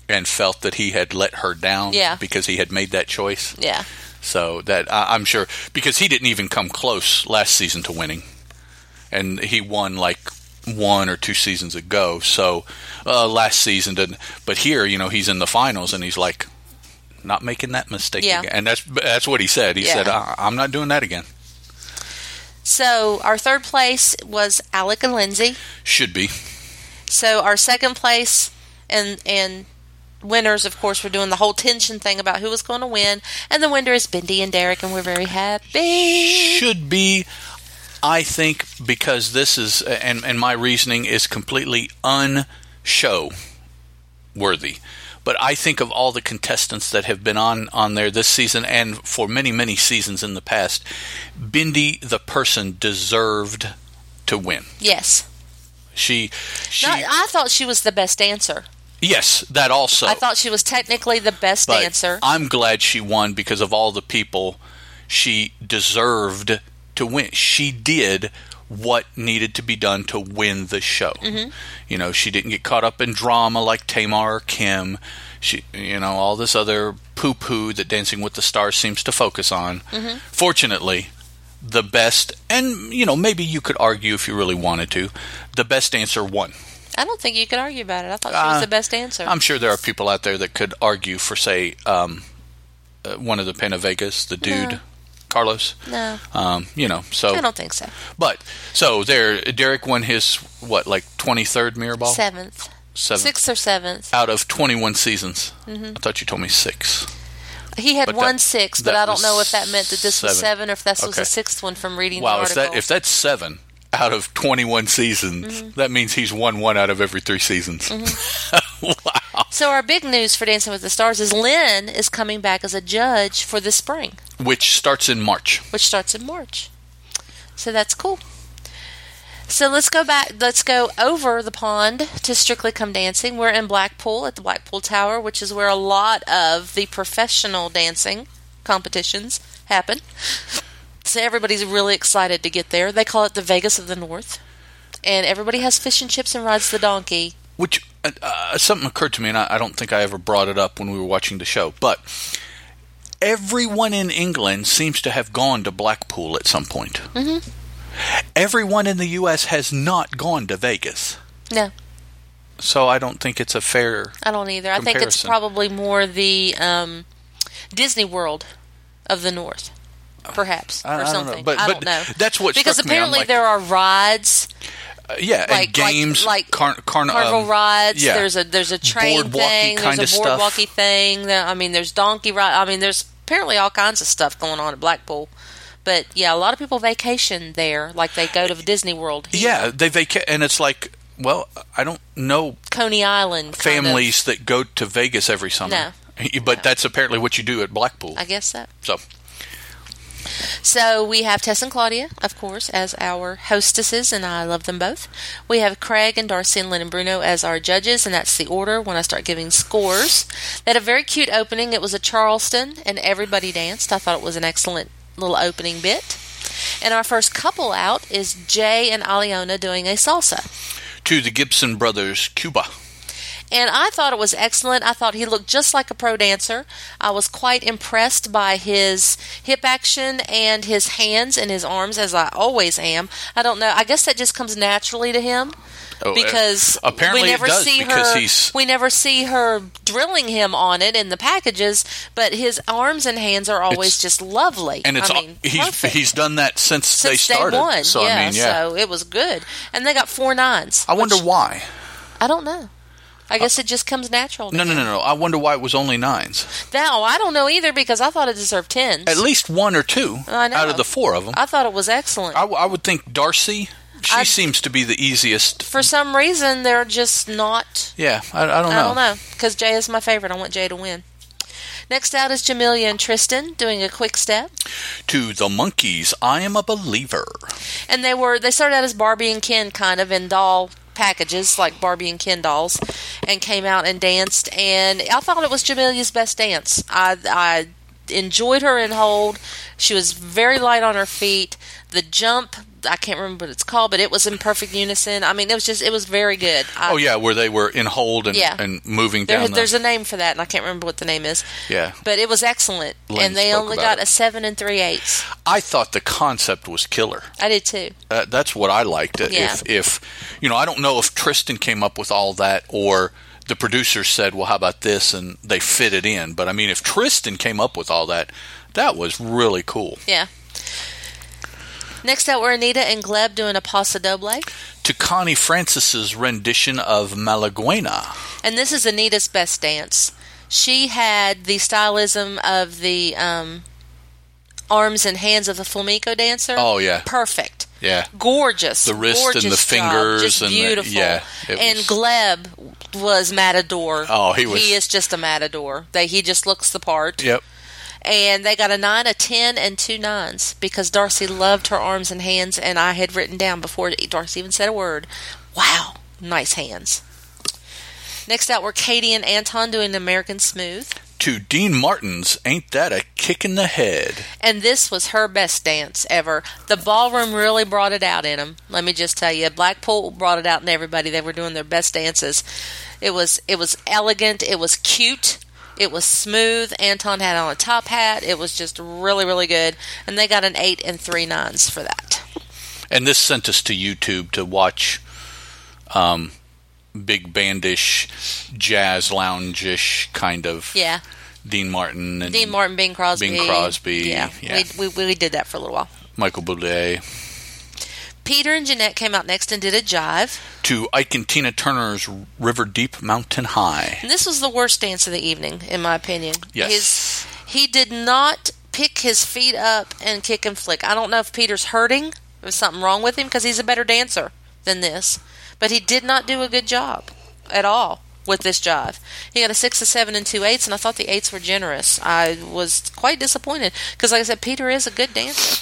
Speaker 1: and felt that he had let her down
Speaker 2: Mm-hmm. Yeah.
Speaker 1: because he had made that choice.
Speaker 2: Yeah.
Speaker 1: So that I, I'm sure because he didn't even come close last season to winning, and he won like one or two seasons ago. So uh, last season didn't, but here you know he's in the finals and he's like not making that mistake
Speaker 2: Yeah.
Speaker 1: again. And that's that's what he said. He
Speaker 2: Yeah.
Speaker 1: said I, I'm not doing that again.
Speaker 2: So our third place was Alec and Lindsay.
Speaker 1: Should be.
Speaker 2: So our second place and and winners, of course, we're doing the whole tension thing about who was going to win, and the winner is Bendy and Derek, and we're very happy.
Speaker 1: Should be. I think because this is and and my reasoning is completely unshow worthy. But I think of all the contestants that have been on on there this season and for many many seasons in the past, Bindi the person deserved to win.
Speaker 2: Yes,
Speaker 1: She she
Speaker 2: Not- I thought she was the best dancer.
Speaker 1: yes, that also.
Speaker 2: I thought she was technically the best
Speaker 1: Oh. but
Speaker 2: dancer.
Speaker 1: I'm glad she won because of all the people she deserved to win. She did what needed to be done to win the show. You know, she didn't get caught up in drama like Tamar or Kim. She, you know, all this other poo poo that Dancing with the Stars seems to focus on. Fortunately, the best, and, you know, maybe you could argue if you really wanted to, the best dancer won.
Speaker 2: I don't think you could argue about it. I thought she was
Speaker 1: Uh,
Speaker 2: the best dancer.
Speaker 1: I'm sure there are people out there that could argue for, say, um, uh, one of the Panavegas, the dude,
Speaker 2: No.
Speaker 1: Carlos.
Speaker 2: no,
Speaker 1: Um, you know, so
Speaker 2: I don't think so.
Speaker 1: but so there, Derek won his what, like 23rd mirror ball,
Speaker 2: Seventh,
Speaker 1: Oh. Seventh.
Speaker 2: sixth or seventh.
Speaker 1: out of 21 seasons. I
Speaker 2: Mm-hmm.
Speaker 1: thought you told me six.
Speaker 2: He had
Speaker 1: But
Speaker 2: one
Speaker 1: that-
Speaker 2: six, but
Speaker 1: that
Speaker 2: I don't
Speaker 1: was
Speaker 2: know if that meant that this was
Speaker 1: seven.
Speaker 2: seven or if this was
Speaker 1: Okay.
Speaker 2: the sixth one from reading
Speaker 1: Wow,
Speaker 2: the
Speaker 1: if
Speaker 2: article.
Speaker 1: that if that's seven out of 21 seasons,
Speaker 2: Mm-hmm.
Speaker 1: that means he's won one out of every three seasons.
Speaker 2: Mm-hmm.
Speaker 1: wow.
Speaker 2: So our big news for Dancing with the Stars is Lynn is coming back as a judge for this spring,
Speaker 1: Which starts in March.
Speaker 2: which starts in March. So that's cool. So let's go back. Let's go over the pond to Strictly Come Dancing. We're in Blackpool at the Blackpool Tower, which is where a lot of the professional dancing competitions happen. So everybody's really excited to get there. They call it the Vegas of the North, and everybody has fish and chips and rides the donkey.
Speaker 1: which uh, uh, something occurred to me, and I, I don't think I ever brought it up when we were watching the show, but everyone in England seems to have gone to Blackpool at some point. Mm-hmm. Everyone in the U.S. has not gone to Vegas,
Speaker 2: No,
Speaker 1: so I don't think it's a fair.
Speaker 2: I don't either. I think it's
Speaker 1: comparison.
Speaker 2: probably more the um, Disney World of the North, perhaps,
Speaker 1: Uh, I- I
Speaker 2: or
Speaker 1: don't know.
Speaker 2: something.
Speaker 1: But-
Speaker 2: I
Speaker 1: but
Speaker 2: don't know.
Speaker 1: that's what
Speaker 2: because
Speaker 1: struck me. I'm
Speaker 2: apparently
Speaker 1: like-
Speaker 2: there are rides,
Speaker 1: Uh, yeah,
Speaker 2: like
Speaker 1: and games,
Speaker 2: like, like
Speaker 1: carn- carn-
Speaker 2: carnival
Speaker 1: um,
Speaker 2: rides.
Speaker 1: yeah.
Speaker 2: There's a there's a train
Speaker 1: Boardwalky
Speaker 2: thing. There's
Speaker 1: kinda
Speaker 2: a boardwalky
Speaker 1: stuff.
Speaker 2: thing. There, I mean, there's donkey ride. I mean, there's apparently all kinds of stuff going on at Blackpool. But yeah, a lot of people vacation there, like they go to Disney World. here.
Speaker 1: Yeah, they vaca- and it's like, well, I don't know
Speaker 2: Coney Island. kind of.
Speaker 1: families that go to Vegas every summer, but that's apparently what you do at Blackpool.
Speaker 2: I guess so.
Speaker 1: so
Speaker 2: So we have Tess and Claudia, of course, as our hostesses, and I love them both. We have Craig and Darcy and Lynn and Bruno as our judges, and that's the order when I start giving scores. They had a very cute opening. It was a Charleston, and everybody danced. I thought it was an excellent little opening bit. And our first couple out is Jay and Aliona doing a salsa.
Speaker 1: to the Gibson brothers, Cuba.
Speaker 2: And I thought it was excellent. I thought he looked just like a pro dancer. I was quite impressed by his hip action and his hands and his arms, as I always am. I don't know. I guess that just comes naturally to him
Speaker 1: Oh,
Speaker 2: because
Speaker 1: uh, apparently
Speaker 2: we
Speaker 1: it
Speaker 2: never
Speaker 1: does,
Speaker 2: see
Speaker 1: because
Speaker 2: her.
Speaker 1: he's-
Speaker 2: We never see her drilling him on it in the packages, but his arms and hands are always
Speaker 1: It's-
Speaker 2: just lovely.
Speaker 1: and it's
Speaker 2: I mean,
Speaker 1: he's
Speaker 2: perfect.
Speaker 1: he's done that since, they
Speaker 2: Since
Speaker 1: started.
Speaker 2: day one,
Speaker 1: So
Speaker 2: yeah,
Speaker 1: I mean, yeah.
Speaker 2: So it was good, and they got four nines.
Speaker 1: I wonder
Speaker 2: which-
Speaker 1: why.
Speaker 2: I don't know. I guess it just comes natural.
Speaker 1: No, no, no, no. I wonder why it was only nines.
Speaker 2: Now I don't know either because I thought it deserved tens.
Speaker 1: At least one or two
Speaker 2: I know.
Speaker 1: out of the four of them. I,
Speaker 2: I thought it was excellent.
Speaker 1: w- I would think Darcy. She
Speaker 2: I-
Speaker 1: seems to be the easiest.
Speaker 2: For some reason, they're just not.
Speaker 1: Yeah, I, I don't know.
Speaker 2: I don't know because Jay is my favorite. I want Jay to win. Next out is Jamelia and Tristan doing a quick step,
Speaker 1: To the monkeys, I am a believer.
Speaker 2: and they were they started out as Barbie and Ken kind of in doll packages like Barbie and Ken dolls, and came out and danced. And I thought it was Jamelia's best dance. I I enjoyed her in hold. She was very light on her feet. The jump. I can't remember what it's called, but it was in perfect unison. I mean, it was just, it was very good. I,
Speaker 1: Oh yeah, where they were in hold and,
Speaker 2: Yeah.
Speaker 1: and moving
Speaker 2: There,
Speaker 1: down.
Speaker 2: there's
Speaker 1: the,
Speaker 2: a name for that, and I can't remember what the name is.
Speaker 1: yeah,
Speaker 2: But it was excellent,
Speaker 1: Lynn
Speaker 2: and they
Speaker 1: spoke
Speaker 2: only
Speaker 1: about
Speaker 2: got
Speaker 1: it.
Speaker 2: a seven and three eighths.
Speaker 1: I thought the concept was killer.
Speaker 2: I did too.
Speaker 1: Uh, that's what I liked.
Speaker 2: Yeah.
Speaker 1: If, if you know, I don't know if Tristan came up with all that or the producers said, "Well, how about this?" and they fit it in. But I mean, if Tristan came up with all that, that was really cool.
Speaker 2: Yeah. Next out were Anita and Gleb doing a paso doble,
Speaker 1: To Connie Francis's rendition of Malaguena,
Speaker 2: and this is Anita's best dance. She had the stylism of the um, arms and hands of the flamenco dancer.
Speaker 1: Oh, yeah.
Speaker 2: perfect.
Speaker 1: yeah,
Speaker 2: gorgeous.
Speaker 1: The wrist and
Speaker 2: gorgeous
Speaker 1: the
Speaker 2: job,
Speaker 1: fingers
Speaker 2: just
Speaker 1: and the-
Speaker 2: beautiful.
Speaker 1: yeah, it
Speaker 2: and
Speaker 1: was-
Speaker 2: Gleb was matador.
Speaker 1: Oh, he was-
Speaker 2: He is just a matador. They, he just looks the part.
Speaker 1: yep,
Speaker 2: And they got a nine, a ten, and two nines because Darcy loved her arms and hands. And I had written down before Darcy even said a word. Wow, nice hands. Next out were Katie and Anton doing the American Smooth.
Speaker 1: to Dean Martin's "Ain't That a Kick in the Head?"
Speaker 2: And this was her best dance ever. The ballroom really brought it out in them. Let me just tell you, Blackpool brought it out in everybody. They were doing their best dances. It was it was elegant. It was cute. It was smooth. Anton had on a top hat. It was just really really good. And they got an eight and three nines for that.
Speaker 1: And this sent us to YouTube to watch um, big bandish, jazz lounge-ish kind of
Speaker 2: Yeah,
Speaker 1: Dean Martin and
Speaker 2: Dean Martin, Bing Crosby,
Speaker 1: Bing Crosby,
Speaker 2: Yeah,
Speaker 1: yeah.
Speaker 2: We, we we did that for a little while.
Speaker 1: Michael Bublé
Speaker 2: Peter and Jeanette came out next and did a jive.
Speaker 1: to Ike and Tina Turner's River Deep Mountain High.
Speaker 2: And this was the worst dance of the evening, in my opinion.
Speaker 1: Yes.
Speaker 2: His, he did not pick his feet up and kick and flick. I don't know if Peter's hurting, if there's something wrong with him, because he's a better dancer than this. But he did not do a good job at all with this jive. He got a six, a seven, and two eights, and I thought the eights were generous. I was quite disappointed because, like I said, Peter is a good dancer.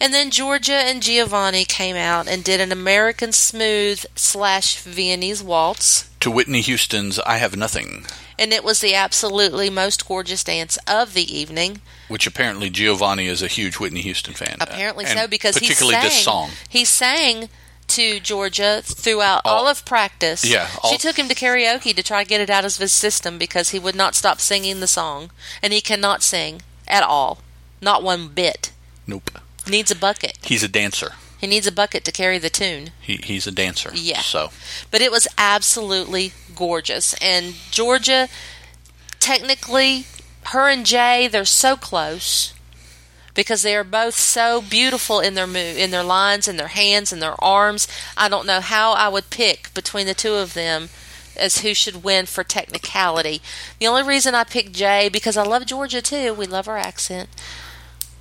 Speaker 2: And then Georgia and Giovanni came out and did an American smooth slash Viennese waltz
Speaker 1: To Whitney Houston's I Have Nothing,
Speaker 2: and it was the absolutely most gorgeous dance of the evening.
Speaker 1: which apparently Giovanni is a huge Whitney Houston fan.
Speaker 2: Apparently
Speaker 1: Uh, And
Speaker 2: so, because he
Speaker 1: particularly
Speaker 2: sang.
Speaker 1: this song.
Speaker 2: He sang to Georgia throughout all,
Speaker 1: All-
Speaker 2: of practice.
Speaker 1: Yeah, all-
Speaker 2: she took him to karaoke to try to get it out of his system because he would not stop singing the song, and he cannot sing at all, not one bit.
Speaker 1: Nope.
Speaker 2: Needs a bucket.
Speaker 1: He's a dancer.
Speaker 2: He needs a bucket to carry the tune.
Speaker 1: He, he's a dancer.
Speaker 2: Yeah.
Speaker 1: So
Speaker 2: but it was absolutely gorgeous. And Georgia, technically, her and Jay, they're so close because they are both so beautiful in their move, in their lines, in their hands, in their arms. I don't know how I would pick between the two of them as who should win for technicality. The only reason I picked Jay because I love Georgia too. We love her accent.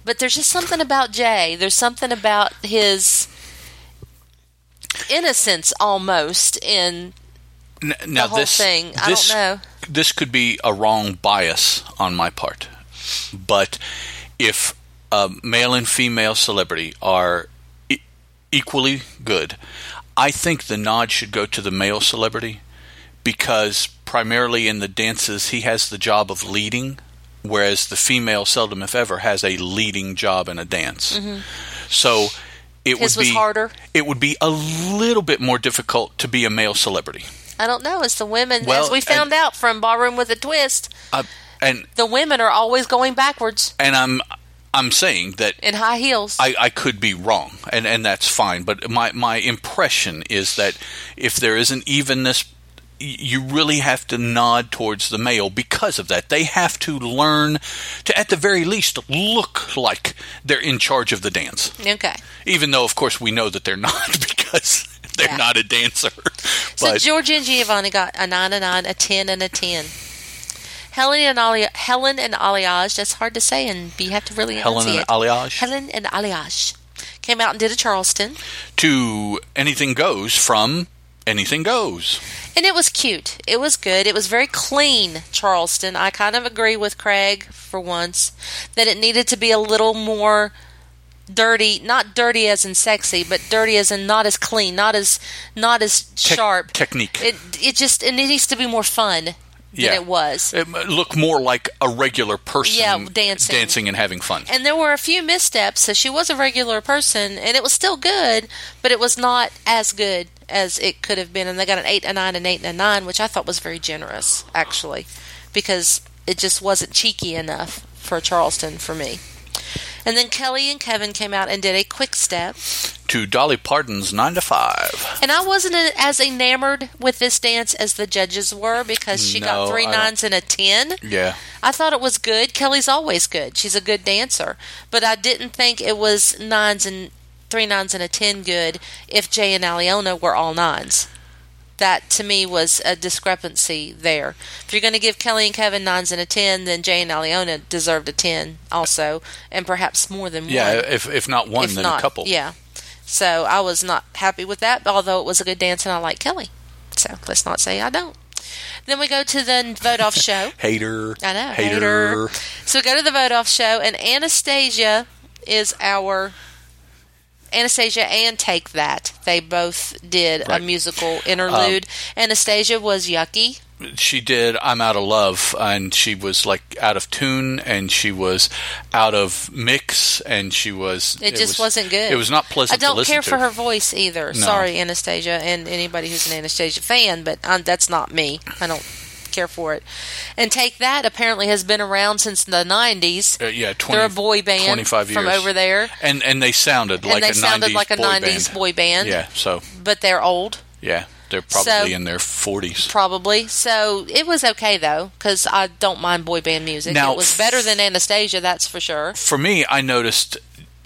Speaker 2: But there's just something about Jay. There's something about his innocence almost in
Speaker 1: n-
Speaker 2: the
Speaker 1: now
Speaker 2: whole
Speaker 1: this
Speaker 2: thing. I
Speaker 1: this
Speaker 2: don't know.
Speaker 1: this could be a wrong bias on my part, but if a male and female celebrity are e- equally good, I think the nod should go to the male celebrity because primarily in the dances he has the job of leading, whereas the female seldom, if ever, has a leading job in a dance. So. It
Speaker 2: Mm-hmm. His
Speaker 1: would
Speaker 2: was
Speaker 1: be
Speaker 2: harder.
Speaker 1: It would be a little bit more difficult to be a male celebrity.
Speaker 2: I don't know. It's the women,
Speaker 1: Well,
Speaker 2: as we found
Speaker 1: and-
Speaker 2: out from Ballroom with a Twist,
Speaker 1: Uh, and
Speaker 2: the women are always going backwards
Speaker 1: and I'm I'm saying that
Speaker 2: in high heels.
Speaker 1: I, I could be wrong, and, and that's fine. But my my impression is that if there is an evenness, y- you really have to nod towards the male because of that. They have to learn to, at the very least, look like they're in charge of the dance,
Speaker 2: okay.
Speaker 1: even though, of course, we know that they're not because they're
Speaker 2: Yeah.
Speaker 1: not a dancer.
Speaker 2: So
Speaker 1: but
Speaker 2: Georgia and Giovanni got a nine and nine, a ten and a ten. Helen and Ali- Helen and Aliage. That's hard to say, and you have to really
Speaker 1: Helen and
Speaker 2: enunciate.
Speaker 1: Aliage
Speaker 2: Helen and Aliage came out and did a Charleston,
Speaker 1: to Anything Goes from Anything Goes.
Speaker 2: and it was cute. It was good. It was very clean Charleston. I kind of agree with Craig for once that it needed to be a little more dirty, not dirty as in sexy, but dirty as in not as clean, not as not as
Speaker 1: Tec-
Speaker 2: sharp.
Speaker 1: technique.
Speaker 2: It it just it needs to be more fun than
Speaker 1: Yeah.
Speaker 2: it was.
Speaker 1: It m- look more like a regular person
Speaker 2: Yeah, dancing.
Speaker 1: dancing and having fun.
Speaker 2: and there were a few missteps so she was a regular person and it was still good but it was not as good as it could have been and they got an 8 a 9 an 8 and a 9 which i thought was very generous actually because it just wasn't cheeky enough for charleston for me and then kelly and kevin came out and did a quick step
Speaker 1: to Dolly Parton's 9 to 5.
Speaker 2: and i wasn't a- as enamored with this dance as the judges were because she
Speaker 1: No,
Speaker 2: got three
Speaker 1: I don't-
Speaker 2: nines and a 10
Speaker 1: Yeah.
Speaker 2: I thought it was good. Kelly's always good. She's a good dancer. But I didn't think it was nines and three nines and a ten good if Jay and Aliona were all nines. That to me was a discrepancy there. If you're going to give Kelly and Kevin nines and a ten, then Jay and Aliona deserved a ten also, and perhaps more than
Speaker 1: Yeah,
Speaker 2: one.
Speaker 1: if if not one
Speaker 2: if
Speaker 1: then
Speaker 2: not,
Speaker 1: a couple.
Speaker 2: Yeah. So I was not happy with that, although it was a good dance and I like Kelly. So let's not say I don't. Then we go to the vote off show.
Speaker 1: Hater.
Speaker 2: I know.
Speaker 1: Hater.
Speaker 2: Hater. So go to the vote off show, and Anastasia is our. Anastasia and Take That. They both did
Speaker 1: Right. Um,
Speaker 2: a musical interlude. Anastasia was yucky.
Speaker 1: She did I'm Out of Love and she was like out of tune and she was out of mix and she was
Speaker 2: It, just
Speaker 1: was,
Speaker 2: wasn't good.
Speaker 1: It was not pleasant
Speaker 2: I
Speaker 1: to
Speaker 2: don't
Speaker 1: listen
Speaker 2: care
Speaker 1: to.
Speaker 2: for her voice either.
Speaker 1: No.
Speaker 2: Sorry, Anastasia, and anybody who's an Anastasia fan, but um, that's not me. I don't care for it. And Take That apparently has been around since the 90s.
Speaker 1: Uh, yeah, 20,
Speaker 2: They're a boy band
Speaker 1: 25 years.
Speaker 2: from over there.
Speaker 1: And and they sounded
Speaker 2: and
Speaker 1: like
Speaker 2: they
Speaker 1: a
Speaker 2: sounded
Speaker 1: 90s
Speaker 2: like a
Speaker 1: boy
Speaker 2: 90s
Speaker 1: band.
Speaker 2: boy band.
Speaker 1: Yeah, so
Speaker 2: but they're old
Speaker 1: yeah, they're probably
Speaker 2: So-
Speaker 1: in their 40s.
Speaker 2: probably so it was okay though because i don't mind boy band music
Speaker 1: Now-
Speaker 2: it was better than anastasia that's for sure
Speaker 1: for me, I noticed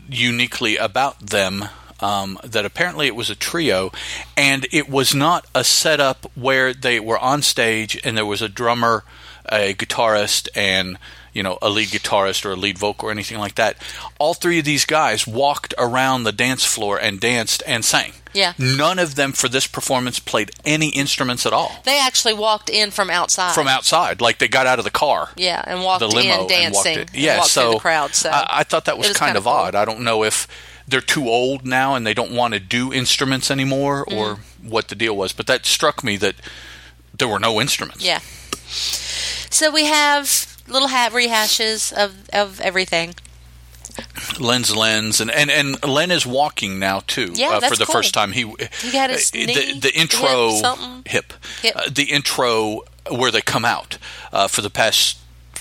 Speaker 1: uniquely about them um, that apparently it was a trio, and it was not a setup where they were on stage and there was a drummer, a guitarist, and you know a lead guitarist or a lead vocal or anything like that. All three of these guys walked around the dance floor and danced and sang.
Speaker 2: Yeah.
Speaker 1: none of them for this performance played any instruments at all
Speaker 2: they actually walked in from outside
Speaker 1: from outside. Like they got out of the car
Speaker 2: yeah and walked
Speaker 1: the limo
Speaker 2: in
Speaker 1: and walked
Speaker 2: dancing
Speaker 1: it. Yeah,
Speaker 2: and walked
Speaker 1: so
Speaker 2: through the crowd so
Speaker 1: I, I thought that was,
Speaker 2: It was
Speaker 1: kind,
Speaker 2: kinda
Speaker 1: of
Speaker 2: cool.
Speaker 1: odd. I don't know if they're too old now and they don't want to do instruments anymore,
Speaker 2: Mm.
Speaker 1: or what the deal was. But that struck me that there were no instruments.
Speaker 2: yeah so we have little hat rehashes of of everything
Speaker 1: Len's lens and, and and Len is walking now too.
Speaker 2: Yeah,
Speaker 1: uh, for
Speaker 2: that's
Speaker 1: the
Speaker 2: cool.
Speaker 1: first time he
Speaker 2: He got his
Speaker 1: uh, the,
Speaker 2: knee,
Speaker 1: the intro
Speaker 2: hip, something.
Speaker 1: hip.
Speaker 2: Hip.
Speaker 1: Uh, the intro where they come out uh, for the past.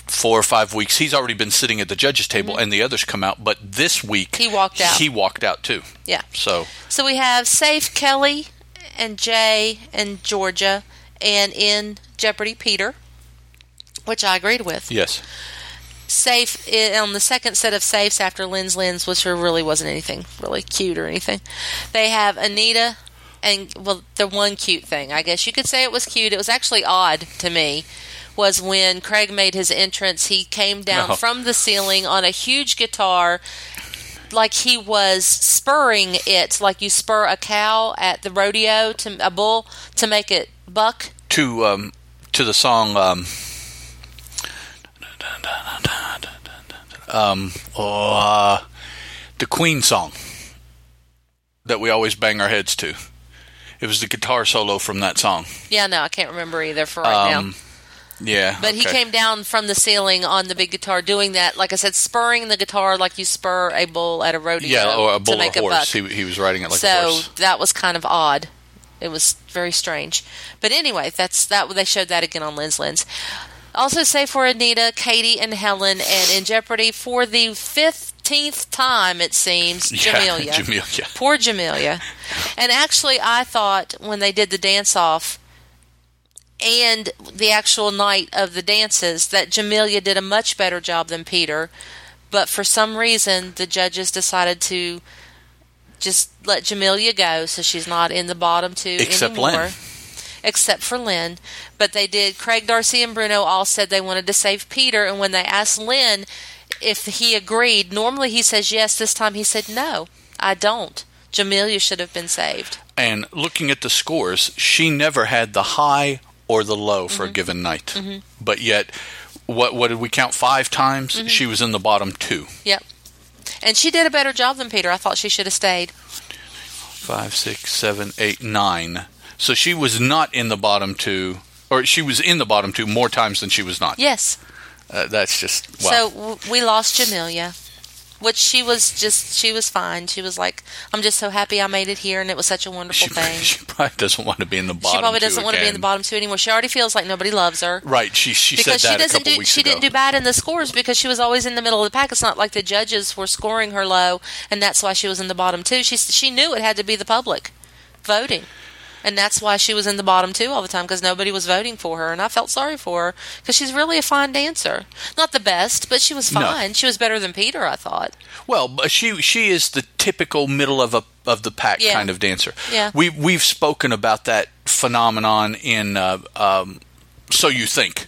Speaker 1: Four or five weeks, he's already been sitting at the judges' table, and the others come out. But this week,
Speaker 2: Mm-hmm. He walked out.
Speaker 1: He walked out too.
Speaker 2: yeah
Speaker 1: So
Speaker 2: so we have safe kelly and jay and georgia and in jeopardy peter which i agreed with
Speaker 1: yes,
Speaker 2: safe i- on the second set of safes after Lynn's Lynn's, which there really wasn't anything really cute or anything. They have Anita and well, the one cute thing I guess you could say it was cute. It was actually odd to me was when Craig made his entrance. He came down
Speaker 1: No.
Speaker 2: from the ceiling on a huge guitar. Like he was spurring it, like you spur a cow at the rodeo to a bull to make it buck.
Speaker 1: to um, to the song. Um, um, oh, uh, the Queen song that we always bang our heads to. It was the guitar solo from that song.
Speaker 2: Yeah, no, I can't remember either for right now.
Speaker 1: Um, Yeah,
Speaker 2: But he
Speaker 1: okay.
Speaker 2: came down from the ceiling on the big guitar doing that, like I said, spurring the guitar like you spur a bull at a rodeo
Speaker 1: Yeah, or a
Speaker 2: to
Speaker 1: bull or
Speaker 2: make
Speaker 1: a
Speaker 2: a buck.
Speaker 1: horse. He, he was riding it like a
Speaker 2: so
Speaker 1: horse.
Speaker 2: that was kind of odd. It was very strange. But anyway, that's that they showed that again on Lens Lens. Also say for Anita, Katie and Helen and in Jeopardy for the fifteenth time it seems,
Speaker 1: Yeah,
Speaker 2: Jamelia.
Speaker 1: Jamelia.
Speaker 2: Poor Jamelia. And actually, I thought when they did the dance off and the actual night of the dances that Jamelia did a much better job than Peter. But for some reason, the judges decided to just let Jamelia go so she's not in the bottom two
Speaker 1: Except
Speaker 2: anymore.
Speaker 1: Lynn.
Speaker 2: Except for Lynn. But they did. Craig, Darcy, and Bruno all said they wanted to save Peter. And when they asked Lynn if he agreed, normally he says yes. This time he said, no, I don't. Jamelia should have been saved.
Speaker 1: And looking at the scores, she never had the high or the low
Speaker 2: Mm-hmm.
Speaker 1: for a given night. But yet, what what did we count? Five times
Speaker 2: Mm-hmm.
Speaker 1: she was in the bottom two.
Speaker 2: Yep. And she did a better job than Peter. I thought she should have stayed.
Speaker 1: Five, six, seven, eight, nine. So she was not in the bottom two, or she was in the bottom two more times than she was not.
Speaker 2: Yes.
Speaker 1: Uh, that's just wow.
Speaker 2: So w- we lost Jamelia, which she was just, she was fine. She was like, I'm just so happy I made it here and it was such a wonderful
Speaker 1: she,
Speaker 2: thing.
Speaker 1: she probably doesn't want to be in the bottom.
Speaker 2: she probably
Speaker 1: two
Speaker 2: doesn't want to be in the
Speaker 1: again.
Speaker 2: bottom two anymore. She already feels like nobody loves her
Speaker 1: Right. She she said
Speaker 2: because she
Speaker 1: that a
Speaker 2: doesn't
Speaker 1: couple
Speaker 2: do
Speaker 1: weeks
Speaker 2: she
Speaker 1: ago.
Speaker 2: didn't do bad in the scores because she was always in the middle of the pack. It's not like the judges were scoring her low, and that's why she was in the bottom two. She she knew it had to be the public voting. And that's why she was in the bottom two all the time because nobody was voting for her, and I felt sorry for her because she's really a fine dancer. Not the best, but she was
Speaker 1: No.
Speaker 2: fine. She was better than Peter, I thought.
Speaker 1: Well, but she she is the typical middle of a of the pack
Speaker 2: Yeah.
Speaker 1: kind of dancer.
Speaker 2: Yeah.
Speaker 1: We we've spoken about that phenomenon in uh, um, so you think.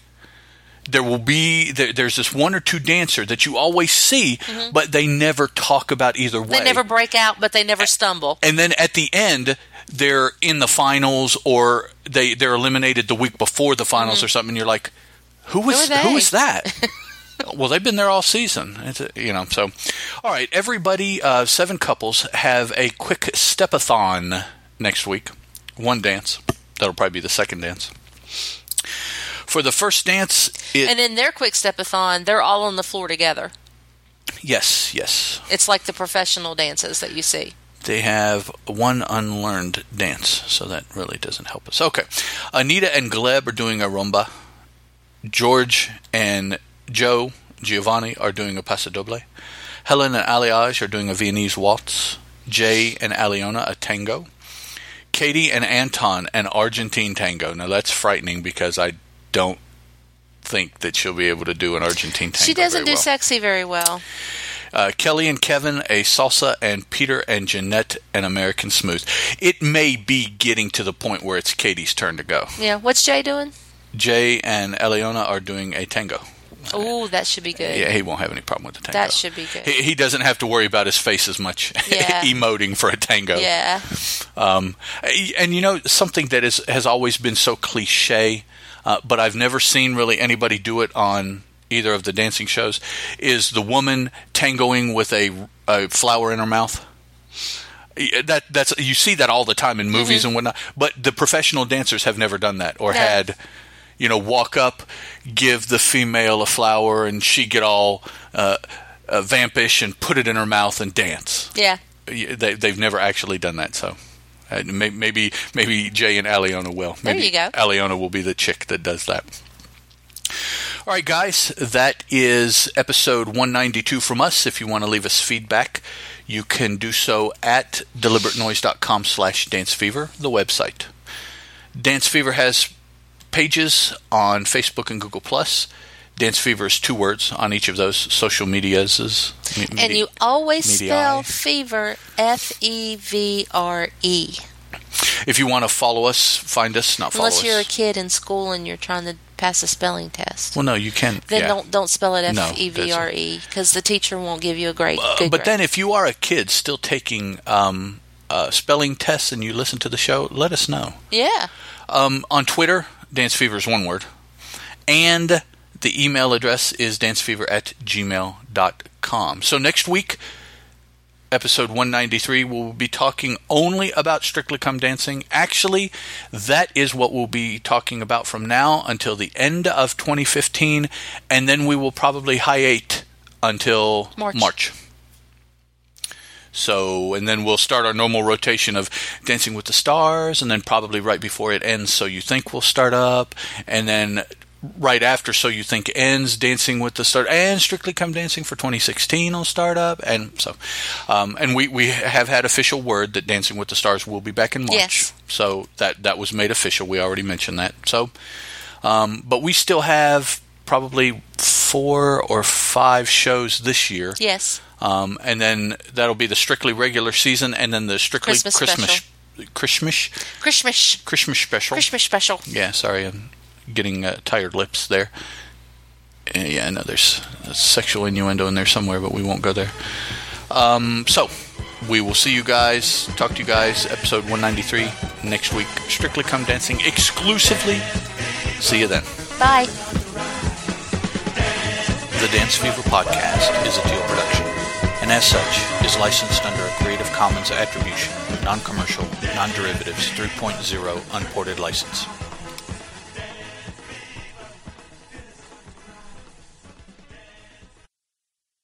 Speaker 1: There will be there, there's this one or two dancer that you always see, but they never talk about either way.
Speaker 2: Mm-hmm. They never break out, but they never stumble.
Speaker 1: and then at the end they're in the finals or they they're eliminated the week before the finals or something. And you're like, who was
Speaker 2: Mm-hmm. Who are
Speaker 1: who
Speaker 2: they?
Speaker 1: is that? well, they've been there all season. It's a, you know, so all right, everybody, uh, seven couples have a quick stepathon next week. One dance. That'll probably be the second dance. For the first dance, it,
Speaker 2: And in their quick stepathon, they're all on the floor together.
Speaker 1: yes, yes,
Speaker 2: It's like the professional dances that you see.
Speaker 1: They have one unlearned dance, so that really doesn't help us. Okay. Anita and Gleb are doing a rumba. George and Joe Giovanni are doing a paso doble. Helen and Aliage are doing a Viennese waltz. Jay and Aliona a tango. Katie and Anton an Argentine tango. Now that's frightening because I don't think that she'll be able to do an Argentine tango.
Speaker 2: She doesn't
Speaker 1: very
Speaker 2: do
Speaker 1: well.
Speaker 2: sexy very well.
Speaker 1: Uh, Kelly and Kevin, a salsa, and Peter and Jeanette, an American smooth. It may be getting to the point where it's Katie's turn to go.
Speaker 2: Yeah. What's Jay doing?
Speaker 1: Jay and Eleona are doing a tango.
Speaker 2: Ooh, that should be good.
Speaker 1: Yeah, he won't have any problem with the tango.
Speaker 2: That should be good.
Speaker 1: He, he doesn't have to worry about his face as much
Speaker 2: Yeah.
Speaker 1: emoting for a tango.
Speaker 2: Yeah.
Speaker 1: Um, and you know something that is has always been so cliche, uh, but I've never seen really anybody do it on either of the dancing shows, is the woman tangoing with a, a flower in her mouth. That that's you see that all the time in movies and whatnot, but the professional dancers have never done that or
Speaker 2: No.
Speaker 1: had. You know, walk up, give the female a flower, and she get all uh, uh, vampish and put it in her mouth and dance
Speaker 2: Yeah.
Speaker 1: y- they, they've never actually done that. So uh, may- maybe maybe Jay and Aliona will.
Speaker 2: There
Speaker 1: Maybe
Speaker 2: you go.
Speaker 1: Aliona will be the chick that does that. All right, guys, that is episode 192 from us. If you want to leave us feedback, you can do so at deliberatenoise.com slash dancefever, the website. Dance Fever has pages on Facebook and Google+. Plus. Dance Fever is two words on each of those social medias. me-
Speaker 2: And
Speaker 1: media-
Speaker 2: you always
Speaker 1: Meaty eye.
Speaker 2: spell fever F E V R E.
Speaker 1: If you want to follow us, find us, not follow
Speaker 2: Unless
Speaker 1: us.
Speaker 2: you're a kid in school and you're trying to pass a spelling test.
Speaker 1: well, no, you can.
Speaker 2: Then
Speaker 1: yeah.
Speaker 2: don't don't spell it
Speaker 1: No,
Speaker 2: F E V R E because the teacher won't give you a great.
Speaker 1: Uh,
Speaker 2: good
Speaker 1: but
Speaker 2: grade.
Speaker 1: then, if you are a kid still taking um, uh, spelling tests and you listen to the show, let us know.
Speaker 2: yeah,
Speaker 1: Um, on Twitter, Dance Fever is one word. And the email address is dancefever at gmail.com. So next week, episode 193, we'll be talking only about Strictly Come Dancing. Actually, that is what we'll be talking about from now until the end of 2015. And then we will probably hiate until
Speaker 2: March.
Speaker 1: March. So, and then we'll start our normal rotation of Dancing with the Stars, and then probably right before it ends, So You Think will start up, and then right after So You Think ends, Dancing with the Stars and Strictly Come Dancing for 2016 will start up, and so, um, and we we have had official word that Dancing with the Stars will be back in March.
Speaker 2: Yes.
Speaker 1: So that that was made official. We already mentioned that. So, um, but we still have probably four or five shows this year.
Speaker 2: Yes.
Speaker 1: Um, and then that'll be the strictly regular season, and then the strictly
Speaker 2: Christmas
Speaker 1: Christmas,
Speaker 2: special.
Speaker 1: Christmas, Christmas,
Speaker 2: Christmas.
Speaker 1: Christmas special.
Speaker 2: Christmas special.
Speaker 1: Yeah, sorry, I'm getting uh, tired lips there. Uh, yeah, I know there's sexual innuendo in there somewhere, but we won't go there. Um, so, we will see you guys, talk to you guys, episode 193 next week. Strictly Come Dancing exclusively. See you then.
Speaker 2: Bye.
Speaker 1: The Dance Fever podcast is a Teal production, and as such, is licensed under a Creative Commons Attribution, Non-Commercial, Non-Derivatives 3.0 Unported License.